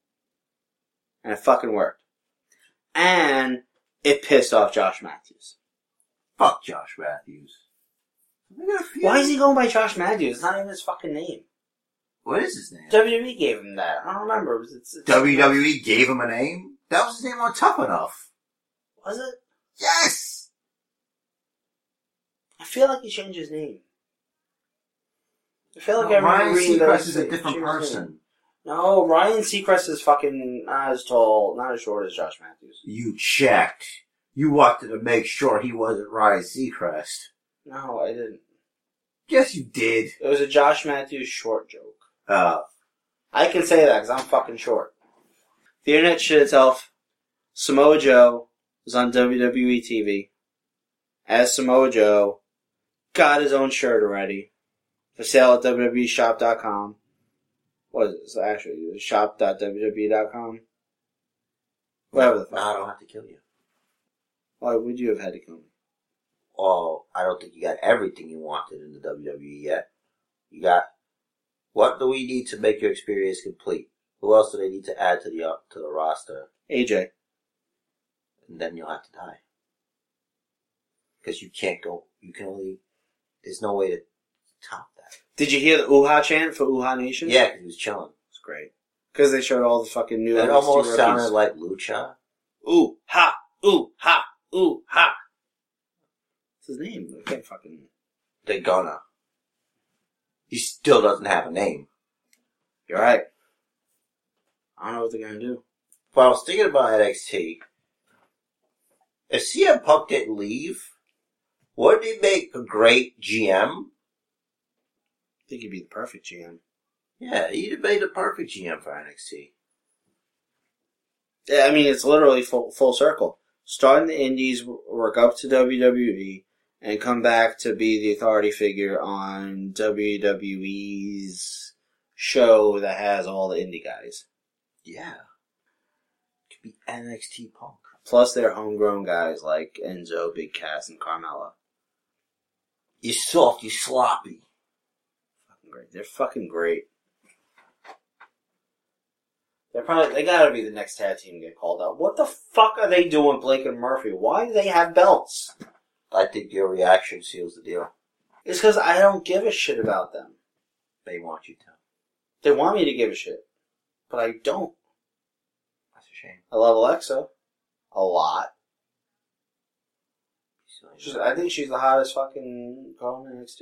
S1: and it fucking worked. And it pissed off Josh Matthews.
S3: Fuck Josh Matthews. We got a few-
S1: Why is he going by Josh Matthews? It's not even his fucking name.
S3: What is his name?
S1: WWE gave him that. I don't remember. It was, it's, it's,
S3: WWE E gave him a name. That was his name on Tough Enough. E
S1: was it?
S3: Yes.
S1: I feel like he changed his name. I feel like
S3: No,
S1: I remember
S3: Ryan
S1: reading that
S3: Seacrest
S1: he
S3: is a
S1: changed his
S3: different
S1: name.
S3: person.
S1: No, Ryan Seacrest is fucking not as tall, not as short as Josh Matthews.
S3: You checked. You wanted to make sure he wasn't Ryan Seacrest.
S1: No, I didn't.
S3: Yes, you did.
S1: It was a Josh Matthews short joke.
S3: Uh,
S1: I can say that because I'm fucking short. The internet shit itself. Samoa Joe was on WWE TV as Samoa Joe. Got his own shirt already for sale at E WWEshop.com. What is it? It's actually shop.wwe.com. E Whatever the
S3: no,
S1: fuck.
S3: I don't have to kill you.
S1: Why would you have had to kill me?
S3: Oh, I don't think you got everything you wanted in the WWE yet. You got what do we need to make your experience complete? Who else do they need to add to the uh, to the roster?
S1: AJ.
S3: and then you'll have to die. Because you can't go, you can only, there's no way to top that.
S1: Did you hear the Uha chant for Uha Nation?
S3: Yeah, 'cause he was chilling.
S1: It's great. Because they showed all the fucking new NXT
S3: It almost
S1: rookies.
S3: sounded like Lucha.
S1: Ooh, ha, ooh, ha, ooh, ha. What's his name? I can't fucking.
S3: They're gonna. He still doesn't have a name.
S1: You're right. I don't know what they're gonna do.
S3: But I was thinking about NXT. If CM Punk didn't leave, wouldn't he make a great GM?
S1: I think he'd be the perfect GM.
S3: Yeah, he'd have made the perfect GM for NXT.
S1: Yeah, I mean, it's literally full, full circle. Start in the Indies, work up to WWE, and come back to be the authority figure on WWE's show that has all the indie guys.
S3: Yeah. Could be NXT Punk.
S1: Plus their homegrown guys like Enzo, Big Cass, and Carmella.
S3: You soft, you sloppy.
S1: Fucking great. They're fucking great. They're probably, they gotta be the next tag team to get called out. What the fuck are they doing, Blake and Murphy? Why do they have belts?
S3: I think your reaction seals the deal.
S1: It's because I don't give a shit about them.
S3: They want you to.
S1: They want me to give a shit, but I don't.
S3: That's a shame.
S1: I love Alexa a lot.
S3: Silly.
S1: She's, I think she's the hottest fucking girl in NXT.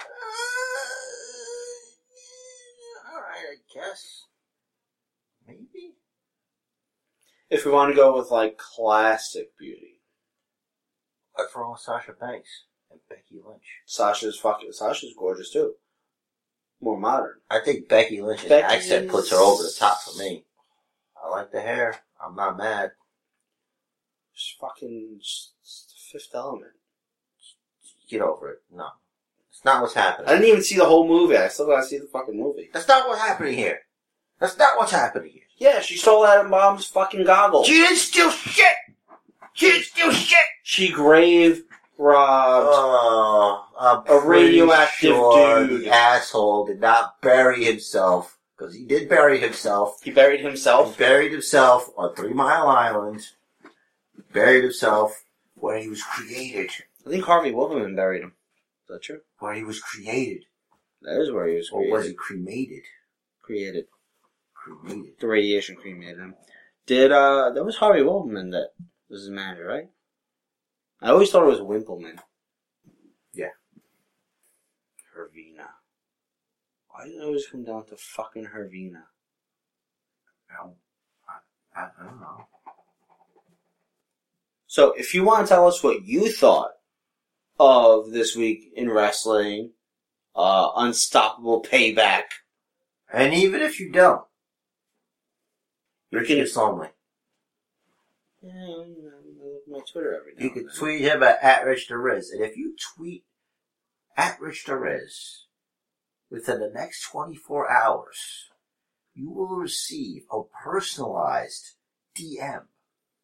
S3: Uh, Alright, I guess. Maybe?
S1: If we want to go with like classic beauty,
S3: But for all Sasha Banks and Becky Lynch.
S1: Sasha's fucking Sasha's gorgeous too. More modern.
S3: I think Becky Lynch's
S1: Becky's-
S3: accent puts her over the top for me. I like the hair. I'm not mad.
S1: She's fucking s- s- Fifth Element.
S3: Get over it. No. It's not what's happening.
S1: I didn't even see the whole movie. I still gotta see the fucking movie.
S3: That's not what's happening here. That's not what's happening here.
S1: Yeah, she stole Adam Bomb's fucking goggles.
S3: She didn't steal shit! She didn't steal shit!
S1: She grave robbed.
S3: Oh, I'm
S1: A
S3: Uh, pretty
S1: radioactive
S3: sure
S1: dude.
S3: The asshole did not bury himself because he did bury himself.
S1: he buried
S3: He
S1: himself.
S3: buried himself on Three Mile Island. Buried himself where he was created.
S1: I think Harvey Wolfman buried him. Is that true?
S3: Where he was created,
S1: That is where he was
S3: or
S1: created.
S3: was he cremated?
S1: created.
S3: Cremated.
S1: the radiation cremated him. Did uh that was Harvey Wolfman that was his manager, right? I always thought it was Wimpleman.
S3: Yeah.
S1: Hervina. Why did it always come down to fucking Hervina?
S3: I don't, I, I don't know.
S1: So if you want to tell us what you thought of this week in wrestling, uh unstoppable payback.
S3: And even if you don't, you're
S1: You can-
S3: just lonely.
S1: Yeah, I look at my Twitter every day.
S3: You can tweet him at, at Rich Riz. And if you tweet at Rich Riz within the next 24 hours, you will receive a personalized DM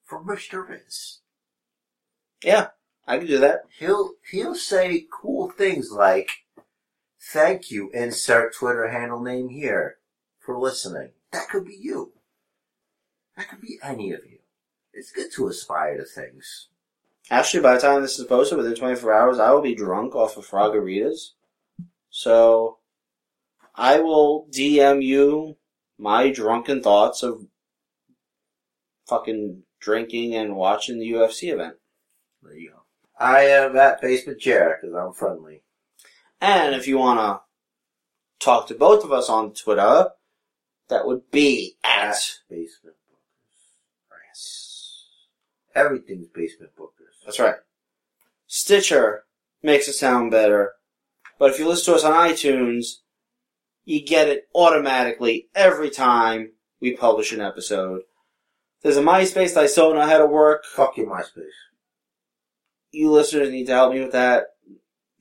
S3: from Rich Riz.
S1: Yeah, I can do that.
S3: He'll, he'll say cool things like, thank you, insert Twitter handle name here for listening. That could be you. That could be any of you. It's good to aspire to things.
S1: Actually, by the time this is posted, within 24 hours, I will be drunk off of Frogaritas. So, I will DM you my drunken thoughts of fucking drinking and watching the UFC event.
S3: There you go. I am at Basement Chair because I'm friendly.
S1: And if you want to talk to both of us on Twitter, that would be at.
S3: Basement Bookers. Yes. Everything's Basement Bookers.
S1: That's right. Stitcher makes it sound better. But if you listen to us on iTunes, you get it automatically every time we publish an episode. There's a MySpace that I still don't know how to work.
S3: Fuck your MySpace.
S1: You listeners need to help me with that.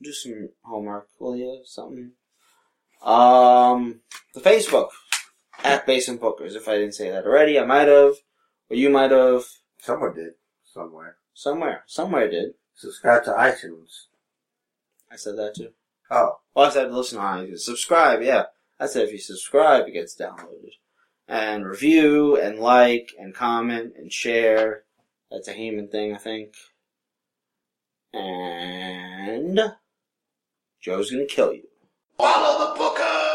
S1: Do some homework, will you? Something. Um, the Facebook at Basin Bookers. If I didn't say that already, I might have, or you might have.
S3: Someone did. Somewhere.
S1: Somewhere, somewhere I did.
S3: Subscribe to iTunes.
S1: I said that too.
S3: Oh.
S1: Well, I said listen on iTunes. Subscribe, yeah. I said if you subscribe, it gets downloaded. And review, and like, and comment, and share. That's a Heyman thing, I think. And Joe's gonna kill you.
S3: Follow the Booker!